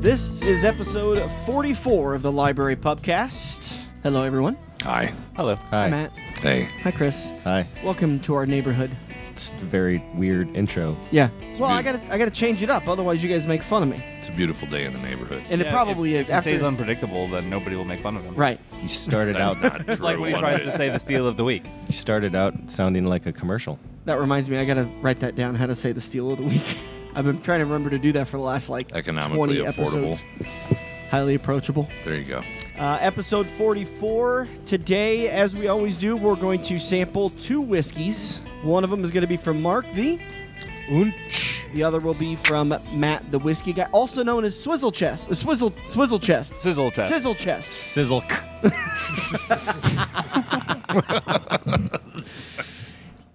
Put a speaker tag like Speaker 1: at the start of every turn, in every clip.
Speaker 1: This is episode 44 of the Library Pubcast. Hello, everyone.
Speaker 2: Hi.
Speaker 3: Hello.
Speaker 1: Hi,
Speaker 3: Hi.
Speaker 1: Matt.
Speaker 2: Hey.
Speaker 1: Hi, Chris.
Speaker 3: Hi.
Speaker 1: Welcome to our neighborhood.
Speaker 3: It's a very weird intro.
Speaker 1: Yeah. Well, I gotta, I gotta change it up, otherwise you guys make fun of me,
Speaker 2: It's a beautiful day in the neighborhood.
Speaker 1: and it probably is.
Speaker 3: if it
Speaker 1: after
Speaker 3: stays unpredictable, then nobody will make fun of him.
Speaker 1: right.
Speaker 3: You started
Speaker 2: That's
Speaker 3: out.
Speaker 2: not true.
Speaker 3: it's like
Speaker 2: one
Speaker 3: when you tried
Speaker 2: bit.
Speaker 3: to say the steal of the week. You started out sounding like a commercial.
Speaker 1: That reminds me, I gotta write that down. How to say the steal of the week? I've been trying to remember to do that for the last like
Speaker 2: Economically
Speaker 1: 20
Speaker 2: affordable.
Speaker 1: episodes. Highly approachable.
Speaker 2: There you go.
Speaker 1: Uh, episode 44. Today, as we always do, we're going to sample two whiskeys. One of them is going to be from Mark the.
Speaker 3: Unch.
Speaker 1: The other will be from Matt the Whiskey Guy, also known as Swizzle Chest. Uh, Swizzle, Swizzle Chest.
Speaker 3: Sizzle chest.
Speaker 1: Sizzle Chest.
Speaker 3: Sizzle.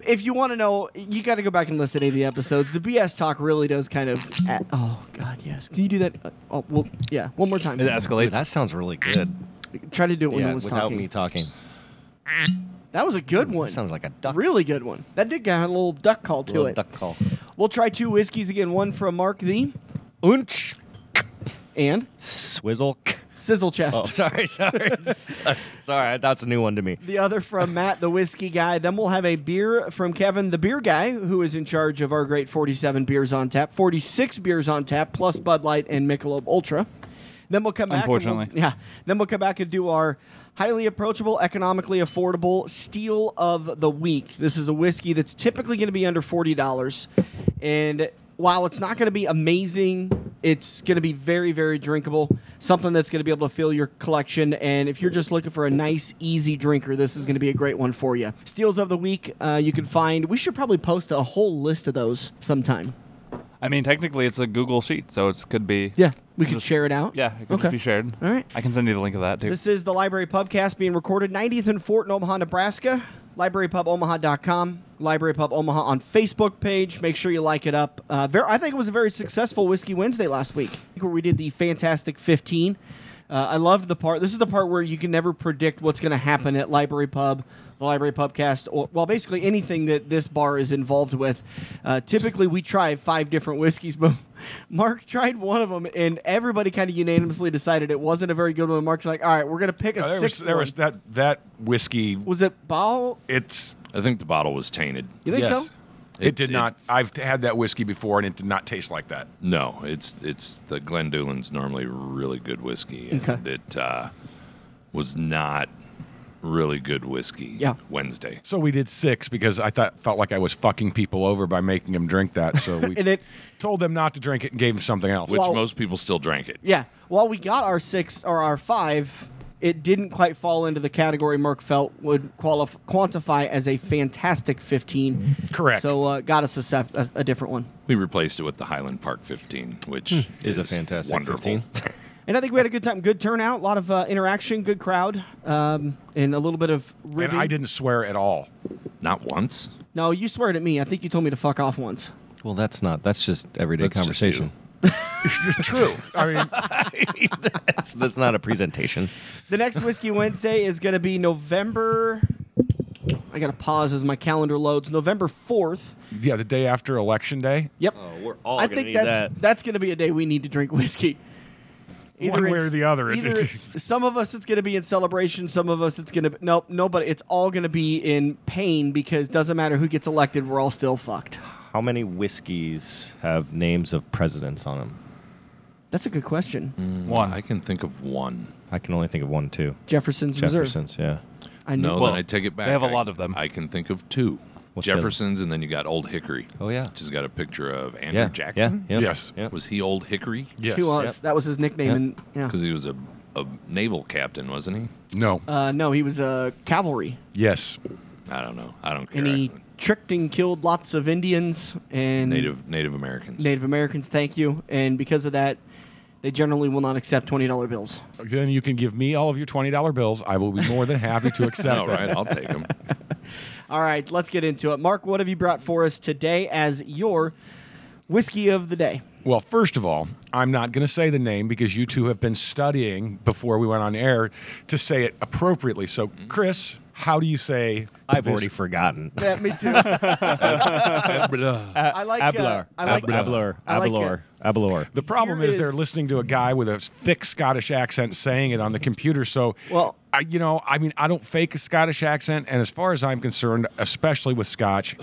Speaker 1: If you want to know, you got to go back and listen to the episodes. The BS talk really does kind of. At, oh, God, yes. Can you do that? Uh, oh, well, yeah, one more time.
Speaker 3: It escalates. that sounds really good.
Speaker 1: Try to do it when
Speaker 3: yeah,
Speaker 1: no one's
Speaker 3: without
Speaker 1: talking.
Speaker 3: me talking.
Speaker 1: that was a good one.
Speaker 3: That sounds like a duck.
Speaker 1: Really good one. That did got a little duck call to
Speaker 3: little
Speaker 1: it.
Speaker 3: duck call.
Speaker 1: We'll try two whiskeys again. One from Mark the
Speaker 3: Unch.
Speaker 1: and
Speaker 3: Swizzle.
Speaker 1: Sizzle Chest.
Speaker 3: Oh, sorry, sorry, sorry, sorry. That's a new one to me.
Speaker 1: The other from Matt the Whiskey Guy. Then we'll have a beer from Kevin the Beer Guy, who is in charge of our great 47 beers on tap, 46 beers on tap, plus Bud Light and Michelob Ultra. Then we'll come back. and we'll-
Speaker 3: Unfortunately.
Speaker 1: yeah. Then we'll come back and do our highly approachable, economically affordable steal of the week. This is a whiskey that's typically going to be under forty dollars, and while it's not going to be amazing, it's going to be very, very drinkable. Something that's going to be able to fill your collection. And if you're just looking for a nice, easy drinker, this is going to be a great one for you. Steals of the week, uh, you can find. We should probably post a whole list of those sometime.
Speaker 4: I mean, technically, it's a Google sheet, so it could be.
Speaker 1: Yeah, we could
Speaker 4: Just-
Speaker 1: share it out.
Speaker 4: Yeah, it could just be shared.
Speaker 1: All right.
Speaker 4: I can send you the link of that too.
Speaker 1: This is the Library Pubcast being recorded 90th and Fort in Omaha, Nebraska. LibraryPubOmaha.com, Library Pub Omaha on Facebook page. Make sure you like it up. Uh, ver- I think it was a very successful Whiskey Wednesday last week, where we did the Fantastic 15. Uh, I loved the part. This is the part where you can never predict what's going to happen at Library Pub, the Library Pubcast, or well, basically anything that this bar is involved with. Uh, typically, we try five different whiskeys, but Mark tried one of them, and everybody kind of unanimously decided it wasn't a very good one. Mark's like, "All right, we're going to pick a
Speaker 5: Uh, there was,
Speaker 1: sixth
Speaker 5: there was
Speaker 1: one."
Speaker 5: that that whiskey.
Speaker 1: Was it Ball?
Speaker 5: It's
Speaker 2: I think the bottle was tainted.
Speaker 1: You think so?
Speaker 5: it, did not. I've had that whiskey before, and it did not taste like that.
Speaker 2: No, it's it's the Glendoulin's normally really good whiskey, and
Speaker 1: Okay.
Speaker 2: it uh, was not really good whiskey.
Speaker 1: Yeah.
Speaker 2: Wednesday.
Speaker 5: So we did six because I thought felt like I was fucking people over by making them drink that. So we
Speaker 1: And it-
Speaker 5: told them not to drink it and gave them something else.
Speaker 2: Which
Speaker 1: Well-
Speaker 2: most people still drank it.
Speaker 1: Yeah. While we got our six or our five, it didn't quite fall into the category Mark felt would qualif- quantify as a fantastic 15.
Speaker 5: Correct.
Speaker 1: So uh, got us a, sep- a, a different one.
Speaker 2: We replaced it with the Highland Park 15, which
Speaker 1: Hmm.
Speaker 3: Is a fantastic
Speaker 2: wonderful.
Speaker 3: 15.
Speaker 1: And I think we had a good time. Good turnout, a lot of uh, interaction, good crowd, um, and a little bit of
Speaker 5: and
Speaker 1: ribbing.
Speaker 5: I didn't swear at all.
Speaker 2: Not once.
Speaker 1: No, you swear at me. I think you told me to fuck off once.
Speaker 3: Well, that's not. That's just everyday
Speaker 2: That's just
Speaker 3: conversation.
Speaker 5: True. I mean,
Speaker 3: that's, that's not a presentation.
Speaker 1: The next Whiskey Wednesday is going to be November. I got to pause as my calendar loads. November 4th.
Speaker 5: yeah, the day after election day,
Speaker 1: Yep.
Speaker 3: Oh, we're all
Speaker 1: I think that's that's going to be a day we need to drink whiskey.
Speaker 5: One way
Speaker 1: it's-
Speaker 5: or the other.
Speaker 1: either- some of us it's going to be in celebration. Some of us it's going to be nope. Nobody. It's all going to be in pain because doesn't matter who gets elected. We're all still fucked.
Speaker 3: How many whiskeys have names of presidents on them?
Speaker 1: That's a good question.
Speaker 4: one.
Speaker 2: I can think of one.
Speaker 3: I can only think of one, too.
Speaker 1: Jefferson's Reserve.
Speaker 3: Jefferson's, yeah.
Speaker 1: I
Speaker 2: No,
Speaker 1: know.
Speaker 4: Well,
Speaker 2: then I take it back.
Speaker 4: have a
Speaker 2: I-
Speaker 4: lot of them.
Speaker 2: I can think of two.
Speaker 3: What's the other-
Speaker 2: Jefferson's, and then you got Old Hickory.
Speaker 3: Oh, yeah.
Speaker 2: Which has got a picture of Andrew
Speaker 3: Yeah.
Speaker 2: Jackson.
Speaker 3: Yeah. yeah,
Speaker 5: Yes.
Speaker 3: Yeah.
Speaker 2: Was he Old Hickory?
Speaker 5: yes.
Speaker 1: He was. That was his nickname.
Speaker 3: Yeah.
Speaker 1: And yeah.
Speaker 2: Because he was a, a naval captain, wasn't
Speaker 5: No.
Speaker 1: Uh, no, he was uh, cavalry,
Speaker 5: yes.
Speaker 2: he? I don't know. I don't care.
Speaker 1: and he tricked and killed lots of Indians and
Speaker 2: Native Native Americans.
Speaker 1: Native Americans. Thank you. And because of that, they generally will not accept twenty dollar bills.
Speaker 5: Then you can give me all of your twenty dollar bills. I will be more than happy to accept.
Speaker 2: No,
Speaker 5: them.
Speaker 2: right? I'll take them.
Speaker 1: All right, let's get into it. Mark, what have you brought for us today as your whiskey of the day?
Speaker 5: Well, first of all, I'm not going to say the name because you two have been studying before we went on air to say it appropriately. So, Chris, How do you say?
Speaker 3: Mm-hmm. I've
Speaker 5: this-
Speaker 3: already forgotten.
Speaker 1: Yeah, me too. I like. uh,
Speaker 3: Abler.
Speaker 1: I like.
Speaker 3: Abler.
Speaker 1: I like
Speaker 3: Abler. Abler.
Speaker 5: The problem
Speaker 1: Here
Speaker 5: is, they're
Speaker 1: is-
Speaker 5: listening to a guy with a thick Scottish accent saying it on the computer. So,
Speaker 1: Well-
Speaker 5: I, you know, I mean, I don't fake a Scottish accent, and as far as I'm concerned, especially with Scotch,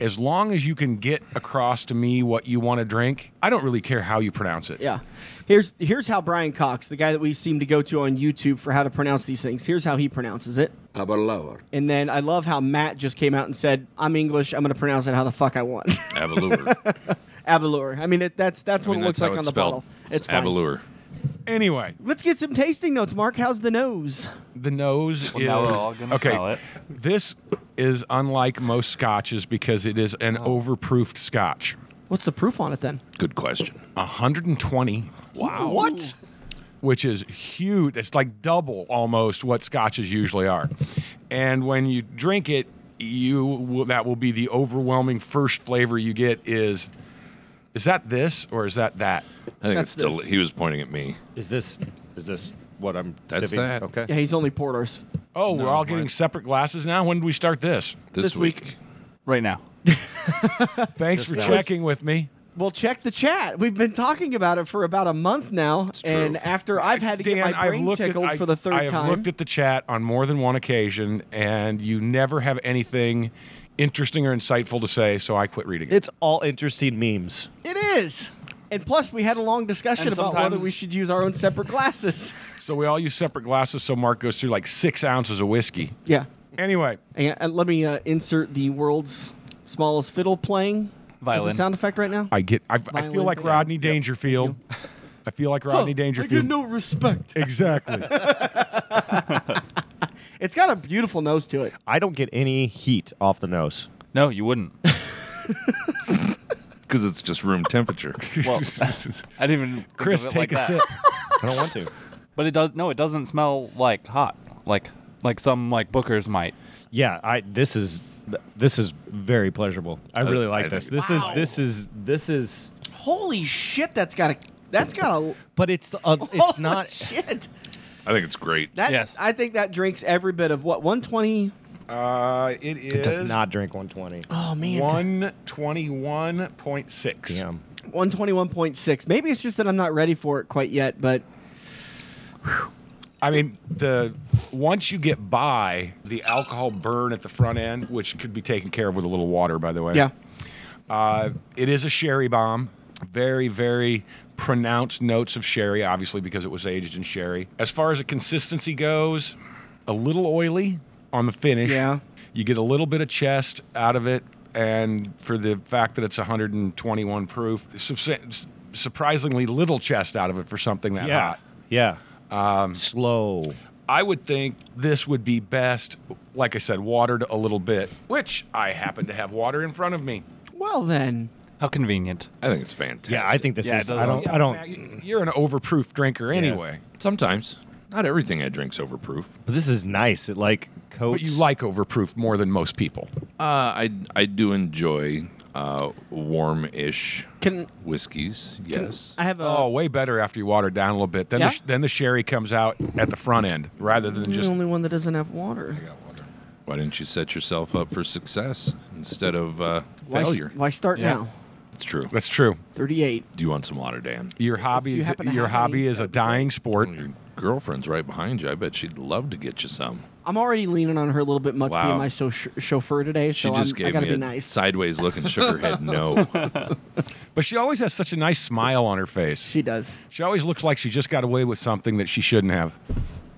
Speaker 5: as long as you can get across to me what you want to drink, I don't really care how you pronounce it.
Speaker 1: Yeah. Here's here's how Brian Cox, the guy that we seem to go to on YouTube for how to pronounce these things. Here's how he pronounces it.
Speaker 6: Abalaur.
Speaker 1: And then I love how Matt just came out and said, "I'm English. I'm going to pronounce it how the fuck I want."
Speaker 2: Avalur.
Speaker 1: Abalur. I mean, it, that's that's
Speaker 2: I
Speaker 1: what
Speaker 2: mean,
Speaker 1: it looks
Speaker 2: that's how
Speaker 1: like on
Speaker 2: it's
Speaker 1: the
Speaker 2: spelled.
Speaker 1: bottle. It's fine.
Speaker 2: Avalur.
Speaker 5: Anyway,
Speaker 1: Let's get some tasting notes, Mark. How's the nose?
Speaker 5: the nose
Speaker 4: Well,
Speaker 5: is
Speaker 4: now we're all gonna
Speaker 5: okay.
Speaker 4: smell it.
Speaker 5: This is unlike most Scotches because it is an
Speaker 4: Oh.
Speaker 5: overproofed Scotch.
Speaker 1: What's the proof on it then?
Speaker 2: Good question.
Speaker 5: 120. Wow. What? Which is huge. It's like double almost what scotches usually are. And when you drink it, you will, that will be the overwhelming first flavor you get is is that this or is that that?
Speaker 2: I think
Speaker 1: That's
Speaker 2: it's still.
Speaker 1: this.
Speaker 2: He was pointing at me.
Speaker 3: Is this is this what I'm
Speaker 2: That's
Speaker 3: sipping?
Speaker 2: that.
Speaker 3: Okay.
Speaker 1: Yeah, he's only poured ours.
Speaker 5: Oh, we're all getting
Speaker 2: mine-
Speaker 5: separate glasses now. When did we start this?
Speaker 2: This,
Speaker 1: This
Speaker 2: week.
Speaker 1: week.
Speaker 4: right now.
Speaker 5: Thanks for
Speaker 3: now.
Speaker 5: checking with me.
Speaker 1: Well, check the chat. We've been talking about it for about a month now,
Speaker 2: true.
Speaker 1: and after I've had to
Speaker 5: Dan,
Speaker 1: get my
Speaker 5: I've
Speaker 1: brain
Speaker 5: looked
Speaker 1: tickled
Speaker 5: at, I-
Speaker 1: for the third
Speaker 5: I have
Speaker 1: time.
Speaker 5: looked at the chat on more than one occasion, and you never have anything interesting or insightful to say, so I quit reading it.
Speaker 3: It's all interesting memes.
Speaker 1: It is. And plus, we had a long discussion
Speaker 4: And
Speaker 1: about whether
Speaker 4: sometimes-
Speaker 1: we should use our own separate glasses.
Speaker 5: So we all use separate glasses. So Mark goes through like six ounces of whiskey.
Speaker 1: Yeah.
Speaker 5: Anyway,
Speaker 1: And, and let me uh, insert the world's smallest fiddle playing as a
Speaker 4: Violin.
Speaker 1: sound effect right now.
Speaker 5: I get. I, I feel
Speaker 1: Violin
Speaker 5: like
Speaker 1: player.
Speaker 5: Rodney Dangerfield. I feel like
Speaker 1: Oh,
Speaker 5: Rodney
Speaker 1: I
Speaker 5: Dangerfield.
Speaker 1: get no respect.
Speaker 5: exactly.
Speaker 1: It's got a beautiful nose to it.
Speaker 3: I don't get any heat off the nose.
Speaker 4: No, you wouldn't.
Speaker 2: Because it's just room temperature.
Speaker 4: Well, I didn't even. think
Speaker 5: Chris,
Speaker 4: of it like
Speaker 5: take a
Speaker 4: that.
Speaker 5: sip.
Speaker 3: I don't want to.
Speaker 4: But it does. No, it doesn't smell like hot. Like like some like bookers might.
Speaker 3: Yeah, I this is this is very pleasurable. I really like
Speaker 2: I
Speaker 3: this.
Speaker 2: think-
Speaker 3: This is this is this is
Speaker 1: Holy shit, that's got a. That's got a.
Speaker 3: but it's uh,
Speaker 1: Holy
Speaker 3: it's not
Speaker 1: Shit.
Speaker 2: I think it's great.
Speaker 1: That,
Speaker 4: Yes.
Speaker 1: I think that drinks every bit of what? 120?
Speaker 5: Uh, it is.
Speaker 3: it does not drink 120.
Speaker 1: Oh, man.
Speaker 5: One twenty-one point six.
Speaker 3: Damn.
Speaker 1: 121.6. Maybe it's just that I'm not ready for it quite yet, but
Speaker 5: I mean, the once you get by the alcohol burn at the front end, which could be taken care of with a little water, by the way.
Speaker 1: yeah.
Speaker 5: Uh, it is a sherry bomb. Very, very pronounced notes of sherry, obviously, because it was aged in sherry. As far as the consistency goes, a little oily on the finish.
Speaker 1: Yeah.
Speaker 5: You get a little bit of chest out of it. And for the fact that it's 121 proof, subs- surprisingly little chest out of it for something that
Speaker 3: Yeah.
Speaker 5: hot.
Speaker 3: Uh, Yeah. Um, slow.
Speaker 5: I would think this would be best, like I said, watered a little bit, which I happen to have water in front of me.
Speaker 1: Well, then.
Speaker 4: How convenient.
Speaker 2: I think it's fantastic.
Speaker 3: Yeah, I think this
Speaker 4: Yeah, it
Speaker 3: is
Speaker 4: does
Speaker 3: I don't
Speaker 4: look-
Speaker 3: I don't
Speaker 5: Matt, you- You're an overproof drinker anyway.
Speaker 2: sometimes not everything I drink's overproof.
Speaker 3: but this is nice. It like coats
Speaker 5: But you like overproof more than most people.
Speaker 2: Uh, I I do enjoy uh, warm-ish
Speaker 1: Can
Speaker 2: whiskeys. Yes.
Speaker 1: I have a.
Speaker 5: oh, way better after you water it down a little bit. Then
Speaker 1: Uh, Yeah?
Speaker 5: the sh- then the sherry comes out at the front end rather than
Speaker 1: You're
Speaker 5: just
Speaker 1: the only one that doesn't have water.
Speaker 2: Why didn't you set yourself up for success instead of uh,
Speaker 1: Why, s-
Speaker 2: failure?
Speaker 1: why start
Speaker 4: Yeah.
Speaker 1: now?
Speaker 2: It's true.
Speaker 5: That's true.
Speaker 1: 38.
Speaker 2: Do you want some water, Dan?
Speaker 5: Your hobby
Speaker 1: you
Speaker 5: is
Speaker 1: happen to
Speaker 5: your
Speaker 1: have any, Oh,
Speaker 5: hobby is a
Speaker 1: that'd be
Speaker 5: dying sport.
Speaker 2: Your girlfriend's right behind you. I bet she'd love to get you some.
Speaker 1: I'm already leaning on her a little bit much
Speaker 2: Wow.
Speaker 1: being my so- chauffeur today,
Speaker 2: She
Speaker 1: so
Speaker 2: just
Speaker 1: I'm, I
Speaker 2: gave
Speaker 1: gotta
Speaker 2: me
Speaker 1: be
Speaker 2: a
Speaker 1: nice.
Speaker 2: sideways look and shook her head no.
Speaker 5: But she always has such a nice smile on her face. She,
Speaker 1: she does.
Speaker 5: always looks like she just got away with something that she shouldn't have.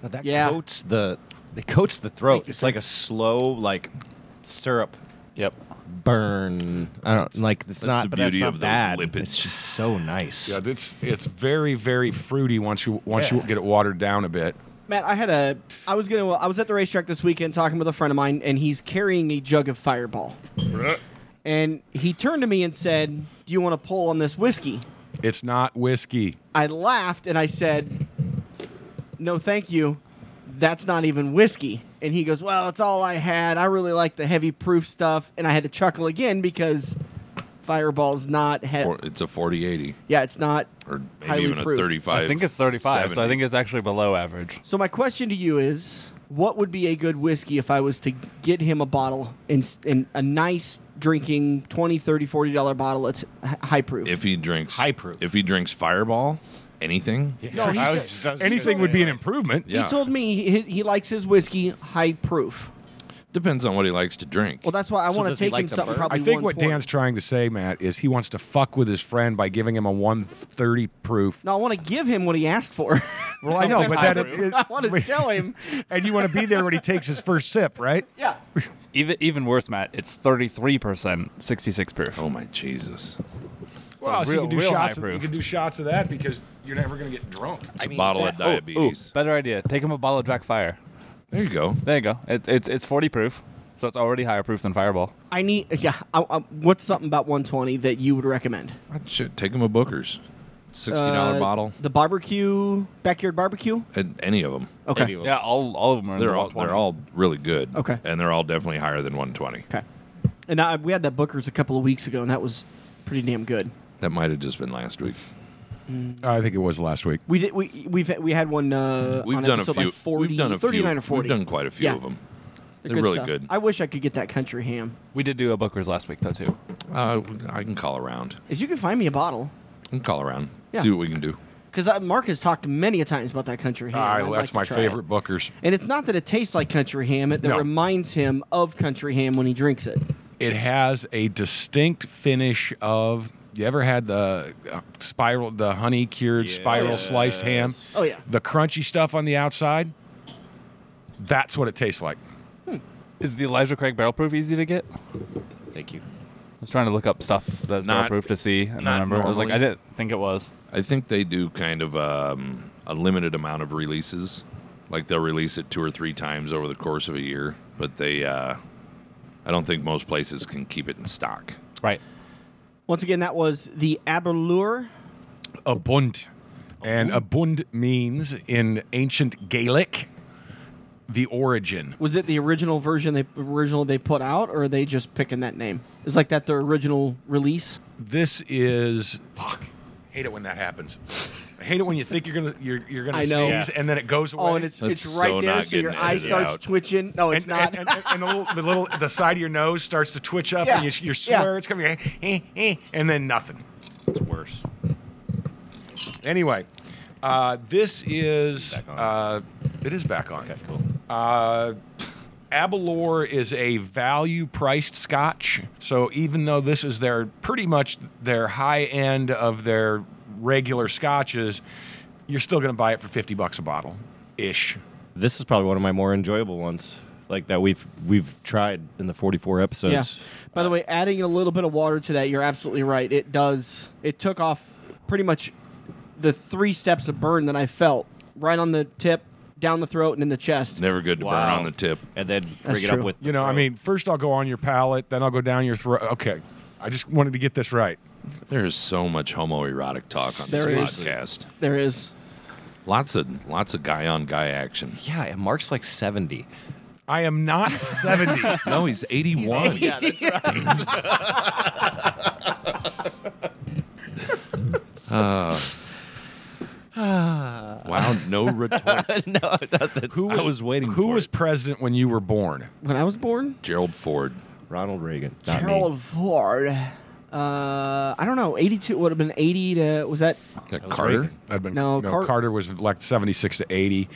Speaker 3: Now that
Speaker 1: Yeah.
Speaker 3: coats the it coats the throat. It's like a slow like syrup
Speaker 4: Yep.
Speaker 3: burn. I don't like it's
Speaker 2: that's
Speaker 3: not
Speaker 2: the
Speaker 3: but that's
Speaker 2: beauty
Speaker 3: not
Speaker 2: of those
Speaker 3: bad.
Speaker 2: lipids.
Speaker 3: It's just so nice.
Speaker 5: Yeah, it's it's very very fruity once you once you
Speaker 3: Yeah.
Speaker 5: get it watered down a bit.
Speaker 1: Matt, I had a. I was gonna. I was at the racetrack this weekend talking with a friend of mine, and he's carrying a jug of Fireball. and he turned to me and said, "Do you want to pull on this whiskey?"
Speaker 5: It's not whiskey.
Speaker 1: I laughed and I said, "No, thank you. That's not even whiskey." And he goes, "Well, it's all I had. I really like the heavy proof stuff." And I had to chuckle again because Fireball's not. He-
Speaker 2: For- it's a 4080
Speaker 1: yeah, it's not.
Speaker 2: or maybe
Speaker 1: Highly
Speaker 2: even a
Speaker 1: proofed.
Speaker 2: 35.
Speaker 4: I think it's 35, so I
Speaker 2: 70.
Speaker 4: think it's actually below average.
Speaker 1: So my question to you is, what would be a good whiskey if I was to get him a bottle and, s- and a nice drinking 20 30 40 dollar bottle that's h- high proof
Speaker 2: If he drinks
Speaker 3: High proof.
Speaker 2: if he drinks Fireball, anything.
Speaker 1: No, he's-
Speaker 3: I was just- I was
Speaker 5: Anything
Speaker 3: gonna
Speaker 5: would
Speaker 3: say,
Speaker 5: be an
Speaker 3: like,
Speaker 5: improvement.
Speaker 2: Yeah.
Speaker 1: he told me he, he likes his whiskey high proof
Speaker 2: Depends on what he likes to drink.
Speaker 1: well that's why I
Speaker 3: So
Speaker 1: want to
Speaker 3: does he
Speaker 1: take
Speaker 3: like
Speaker 1: him
Speaker 3: the
Speaker 1: something
Speaker 3: bourbon?
Speaker 5: I
Speaker 1: probably
Speaker 5: think what
Speaker 1: 120.
Speaker 5: Dan's trying to say, Matt, is he wants to fuck with his friend by giving him a 130 proof.
Speaker 1: no I want to give him what he asked for
Speaker 5: Well, I know, but that
Speaker 1: I want to tell him
Speaker 5: and you want to be there when he takes his first sip, right?
Speaker 1: yeah
Speaker 4: Even even worse, Matt. It's thirty three percent, sixty six proof.
Speaker 2: oh my Jesus.
Speaker 5: Well, so
Speaker 4: real-
Speaker 5: you can do
Speaker 4: real
Speaker 5: shots.
Speaker 4: high
Speaker 5: Of, you
Speaker 4: proof.
Speaker 5: can do shots of that because you're never going to get drunk.
Speaker 2: It's a bottle
Speaker 4: oh,
Speaker 2: of diabetes.
Speaker 4: better idea. Take him a bottle of Jack Fire.
Speaker 2: There you go.
Speaker 4: There you go. It, it's it's forty proof, so it's already higher proof than Fireball.
Speaker 1: I need yeah I, I, what's something about 120 that you would recommend
Speaker 2: I should take him a Booker's. Sixty dollar
Speaker 1: Uh,
Speaker 2: bottle
Speaker 1: the barbecue backyard barbecue
Speaker 2: at any of them.
Speaker 1: okay
Speaker 3: maybe we'll-
Speaker 4: Yeah, all all of them are. in
Speaker 2: They're
Speaker 4: the
Speaker 2: all
Speaker 4: 120.
Speaker 2: they're all really good.
Speaker 1: Okay.
Speaker 2: And they're all definitely higher than 120.
Speaker 1: Okay. And I, we had that Booker's a couple of weeks ago, and that was pretty damn good.
Speaker 2: That might have just been last week.
Speaker 5: I think it was last week.
Speaker 1: We did. We we've had- we had one. Uh,
Speaker 2: We've
Speaker 1: on
Speaker 2: done a
Speaker 1: episode
Speaker 2: few.
Speaker 1: Like 40,
Speaker 2: we've done a
Speaker 1: 39
Speaker 2: few.
Speaker 1: or forty.
Speaker 2: We've done quite a few
Speaker 1: Yeah.
Speaker 2: of them.
Speaker 1: They're
Speaker 2: They're really
Speaker 1: stuff.
Speaker 2: good.
Speaker 1: I wish I could get that country ham.
Speaker 4: We did do a Booker's last week though too.
Speaker 2: Uh, I can call around.
Speaker 1: If you could find me a bottle,
Speaker 2: I can call around.
Speaker 1: Yeah.
Speaker 2: See what we can do.
Speaker 1: because Mark has talked many a times about that country ham.
Speaker 5: All right,
Speaker 1: I'd
Speaker 5: well,
Speaker 1: like
Speaker 5: that's
Speaker 1: to
Speaker 5: my
Speaker 1: try
Speaker 5: favorite
Speaker 1: It.
Speaker 5: Booker's.
Speaker 1: And it's not that it tastes like country ham; it that
Speaker 5: No.
Speaker 1: reminds him of country ham when he drinks it.
Speaker 5: It has a distinct finish of. You ever had the uh, spiral, the honey cured spiral sliced ham?
Speaker 3: Yes.
Speaker 1: Oh yeah,
Speaker 5: The crunchy stuff on the outside. That's what it tastes like.
Speaker 4: Is the Elijah Craig barrel proof easy to get? I
Speaker 3: Thank you.
Speaker 4: was trying to look up stuff that's
Speaker 2: Not-
Speaker 4: barrel proof to see and
Speaker 2: not
Speaker 4: remember. I was like, I
Speaker 2: normally.
Speaker 4: didn't think it was.
Speaker 2: I think they do kind of um, a limited amount of releases. Like they'll release it two or three times over the course of a year, but they, uh, I don't think most places can keep it in stock.
Speaker 4: Right.
Speaker 1: Once again, that was the Aberlour.
Speaker 5: a bund. And a bund means in ancient Gaelic the origin.
Speaker 1: Was it the original version they original they put out, or are they just picking that name? Is like that their original release?
Speaker 5: This is fuck. Hate it when that happens. I hate it when you think you're gonna you're, you're gonna
Speaker 1: I
Speaker 5: sneeze
Speaker 1: know.
Speaker 5: and then it goes away.
Speaker 1: Oh, and it's
Speaker 2: That's
Speaker 1: it's right
Speaker 2: so
Speaker 1: there,
Speaker 2: not
Speaker 1: so your
Speaker 2: getting
Speaker 1: eye
Speaker 2: edited
Speaker 1: starts
Speaker 2: out.
Speaker 1: twitching. No, it's
Speaker 5: and,
Speaker 1: not.
Speaker 5: and, and, and the, little, the little the side of your nose starts to twitch up
Speaker 1: Yeah.
Speaker 5: and you, you
Speaker 1: Yeah.
Speaker 5: swear it's coming eh, and then nothing.
Speaker 3: It's worse.
Speaker 5: Anyway, uh, this is
Speaker 3: Back on.
Speaker 5: uh, it is back on.
Speaker 3: Okay, cool.
Speaker 5: Uh, Abalor is a value priced scotch. So even though this is their pretty much their high end of their regular scotches, you're still going to buy it for 50 bucks a bottle ish.
Speaker 3: This is probably one of my more enjoyable ones, like that we've we've tried in the 44
Speaker 1: yeah.
Speaker 3: episodes.
Speaker 1: By the way, adding a little bit of water to that, you're absolutely right. It does. It took off pretty much the three steps of burn that I felt right on the tip, down the throat, and in the chest.
Speaker 2: Never good to burn
Speaker 3: Wow.
Speaker 2: on the tip.
Speaker 3: And then bring it
Speaker 1: true.
Speaker 3: up with
Speaker 5: You know, I mean, first I'll go on your palate, then I'll go down your throat. Okay. I just wanted to get this right.
Speaker 2: There is so much homoerotic talk on
Speaker 1: There
Speaker 2: this
Speaker 1: is.
Speaker 2: podcast.
Speaker 1: There is.
Speaker 2: Lots of lots of guy on guy action.
Speaker 3: yeah, and Mark's like 70.
Speaker 5: I am not 70.
Speaker 2: No, he's eighty one. Uh, wow, no retort.
Speaker 3: no, nothing.
Speaker 5: Who
Speaker 2: I was waiting
Speaker 5: Who
Speaker 2: for
Speaker 5: was
Speaker 2: it.
Speaker 5: president when you were born?
Speaker 1: When I was born,
Speaker 2: Gerald Ford.
Speaker 3: Ronald Reagan. Not
Speaker 1: Gerald
Speaker 3: me.
Speaker 1: Ford. Uh, I don't know. 82 would have been 80 to was that?
Speaker 2: That
Speaker 3: was
Speaker 2: Carter.
Speaker 3: Reagan.
Speaker 5: That'd been,
Speaker 1: No,
Speaker 5: no,
Speaker 1: Car-
Speaker 5: Carter was like 76 to 80.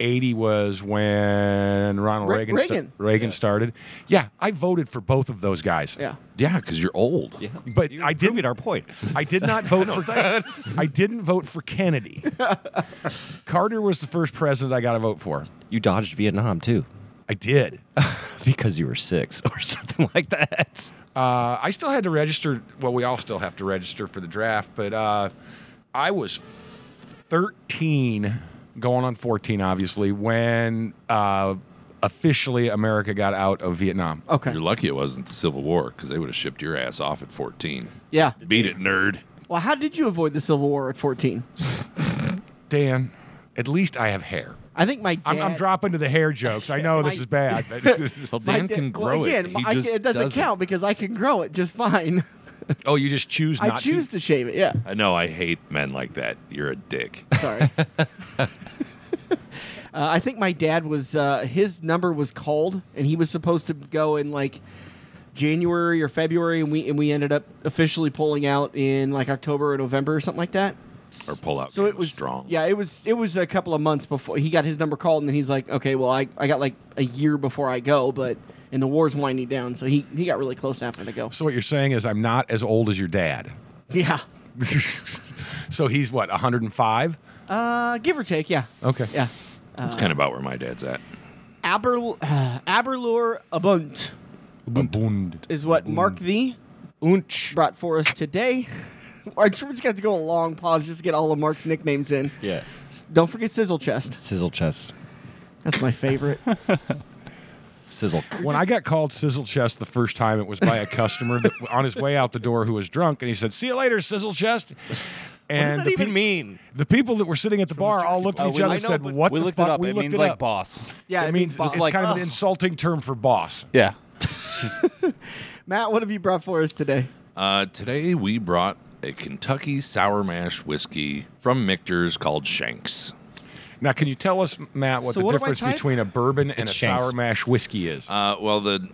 Speaker 5: 80 was when Ronald
Speaker 1: Re-
Speaker 5: Reagan sta-
Speaker 1: Reagan.
Speaker 5: Reagan started. Yeah, I voted for both of those guys.
Speaker 1: Yeah.
Speaker 2: Yeah, because you're old.
Speaker 3: Yeah.
Speaker 5: But
Speaker 3: You're
Speaker 5: I didn't
Speaker 3: proving our point.
Speaker 5: I did not vote for I didn't vote for Kennedy. Carter was the first president I got to vote for.
Speaker 3: You dodged Vietnam too,
Speaker 5: I did.
Speaker 3: because you were six or something like that.
Speaker 5: Uh, I still had to register. Well, we all still have to register for the draft, but uh, I was 13, going on 14, obviously, when uh, officially America got out of Vietnam.
Speaker 1: Okay.
Speaker 2: You're lucky it wasn't the Civil War because they would have shipped your ass off at 14.
Speaker 1: Yeah.
Speaker 2: Beat it, nerd.
Speaker 1: Well, how did you avoid the Civil War at 14?
Speaker 5: Dan, at least I have hair.
Speaker 1: I think my dad.
Speaker 5: I'm, I'm dropping to the hair jokes. I know this is bad. But
Speaker 2: Well, Dan
Speaker 1: My
Speaker 2: can
Speaker 1: dad-
Speaker 2: grow
Speaker 1: well, again,
Speaker 2: it. He
Speaker 1: my- I
Speaker 2: just
Speaker 1: can- it doesn't, count because I can grow it just fine.
Speaker 5: oh, you just choose not
Speaker 1: I choose to. shave it. Yeah.
Speaker 2: I know. I hate men like that. You're a dick.
Speaker 1: Sorry. Uh, I think my dad was uh, his number was called, and he was supposed to go in like January or February, and we and we ended up officially pulling out in like October or November or something like that.
Speaker 2: Or pull out.
Speaker 1: So it was
Speaker 2: strong.
Speaker 1: Yeah, it was it was a couple of months before he got his number called, and then he's like, okay, well, I, I got like a year before I go, but and the war's winding down, so he he got really close after to go.
Speaker 5: So what you're saying is I'm not as old as your dad.
Speaker 1: Yeah,
Speaker 5: so he's what 105?
Speaker 1: uh, give or take, yeah,
Speaker 5: Okay.
Speaker 1: yeah.
Speaker 2: It's kind of about where my dad's at.
Speaker 1: Aber uh, Aberlur Abunt
Speaker 5: Bund.
Speaker 1: is what Mark the
Speaker 5: Unch.
Speaker 1: brought for us today. Our we just got to go a long pause just to get all of Mark's nicknames in.
Speaker 3: Yeah.
Speaker 1: S- Don't forget Sizzle Chest.
Speaker 3: Sizzle chest.
Speaker 1: That's my favorite.
Speaker 3: Sizzle.
Speaker 5: When I got called Sizzle Chest the first time, it was by a customer that, on his way out the door who was drunk, and he said, "See you later, Sizzle Chest." And
Speaker 6: does that
Speaker 5: the
Speaker 6: even
Speaker 5: pe-
Speaker 6: mean?
Speaker 5: The people that were sitting at the bar all looked at
Speaker 4: Oh,
Speaker 5: each
Speaker 4: we-
Speaker 5: other
Speaker 4: I
Speaker 5: and
Speaker 4: know,
Speaker 5: said,
Speaker 4: but
Speaker 5: "What
Speaker 4: we
Speaker 5: the
Speaker 4: looked
Speaker 5: fuck?"
Speaker 4: it up.
Speaker 5: we
Speaker 4: it
Speaker 5: looked
Speaker 4: means
Speaker 5: it
Speaker 4: like
Speaker 5: up.
Speaker 4: boss.
Speaker 1: Yeah,
Speaker 5: it,
Speaker 1: it
Speaker 5: means,
Speaker 1: means boss.
Speaker 5: it's
Speaker 4: Like,
Speaker 5: kind of an insulting term for boss.
Speaker 4: Yeah.
Speaker 1: Matt, what have you brought for us today?
Speaker 2: Uh, today we brought a Kentucky sour mash whiskey from Michter's called Shanks.
Speaker 5: Now, can you tell us, Matt, what
Speaker 1: So
Speaker 5: the
Speaker 1: what do I
Speaker 5: difference
Speaker 1: type?
Speaker 5: between a bourbon and
Speaker 3: It's
Speaker 5: a
Speaker 3: Shanks.
Speaker 5: sour mash whiskey is?
Speaker 2: Uh, well, the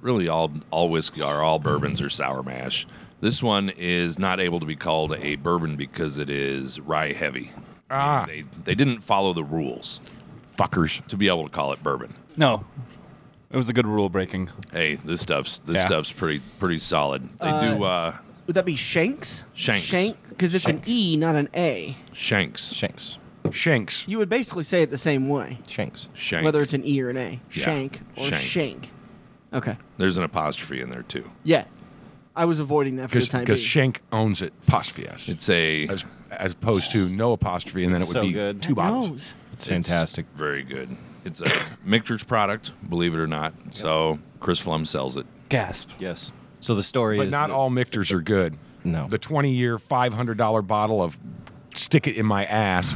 Speaker 2: really all all whiskey or all bourbons are sour mash. This one is not able to be called a bourbon because it is rye heavy.
Speaker 5: ah,
Speaker 2: They they didn't follow the rules
Speaker 5: fuckers.
Speaker 2: to be able to call it bourbon.
Speaker 4: No. It was a good rule breaking.
Speaker 2: Hey, this stuff's this
Speaker 4: Yeah.
Speaker 2: stuff's pretty pretty solid. They do uh,
Speaker 1: Would that be Shanks?
Speaker 2: Shanks.
Speaker 1: Shank, because it's an E, not an A.
Speaker 2: Shanks.
Speaker 3: Shanks.
Speaker 5: Shanks.
Speaker 1: You would basically say it the same way,
Speaker 3: Shanks.
Speaker 2: Shank.
Speaker 1: whether it's an E or an A.
Speaker 2: Yeah.
Speaker 1: Shank or
Speaker 2: Shank.
Speaker 1: shank. Okay.
Speaker 2: There's an apostrophe in there too.
Speaker 1: Yeah. I was avoiding that for the time being.
Speaker 5: Because Shank owns it, apostrophe S,
Speaker 2: It's a
Speaker 5: as, as opposed to no apostrophe, and then it would
Speaker 3: So
Speaker 5: be
Speaker 3: good.
Speaker 5: two bottles.
Speaker 1: Knows.
Speaker 3: It's
Speaker 2: It's
Speaker 3: fantastic.
Speaker 2: very good. It's a Michter's product, believe it or not. So Chris Flum sells it.
Speaker 4: Gasp.
Speaker 3: yes. So the story
Speaker 5: But
Speaker 3: is
Speaker 5: not
Speaker 3: that-
Speaker 5: all Michters are good.
Speaker 3: No.
Speaker 5: The 20 year, $500 bottle of stick it in my ass.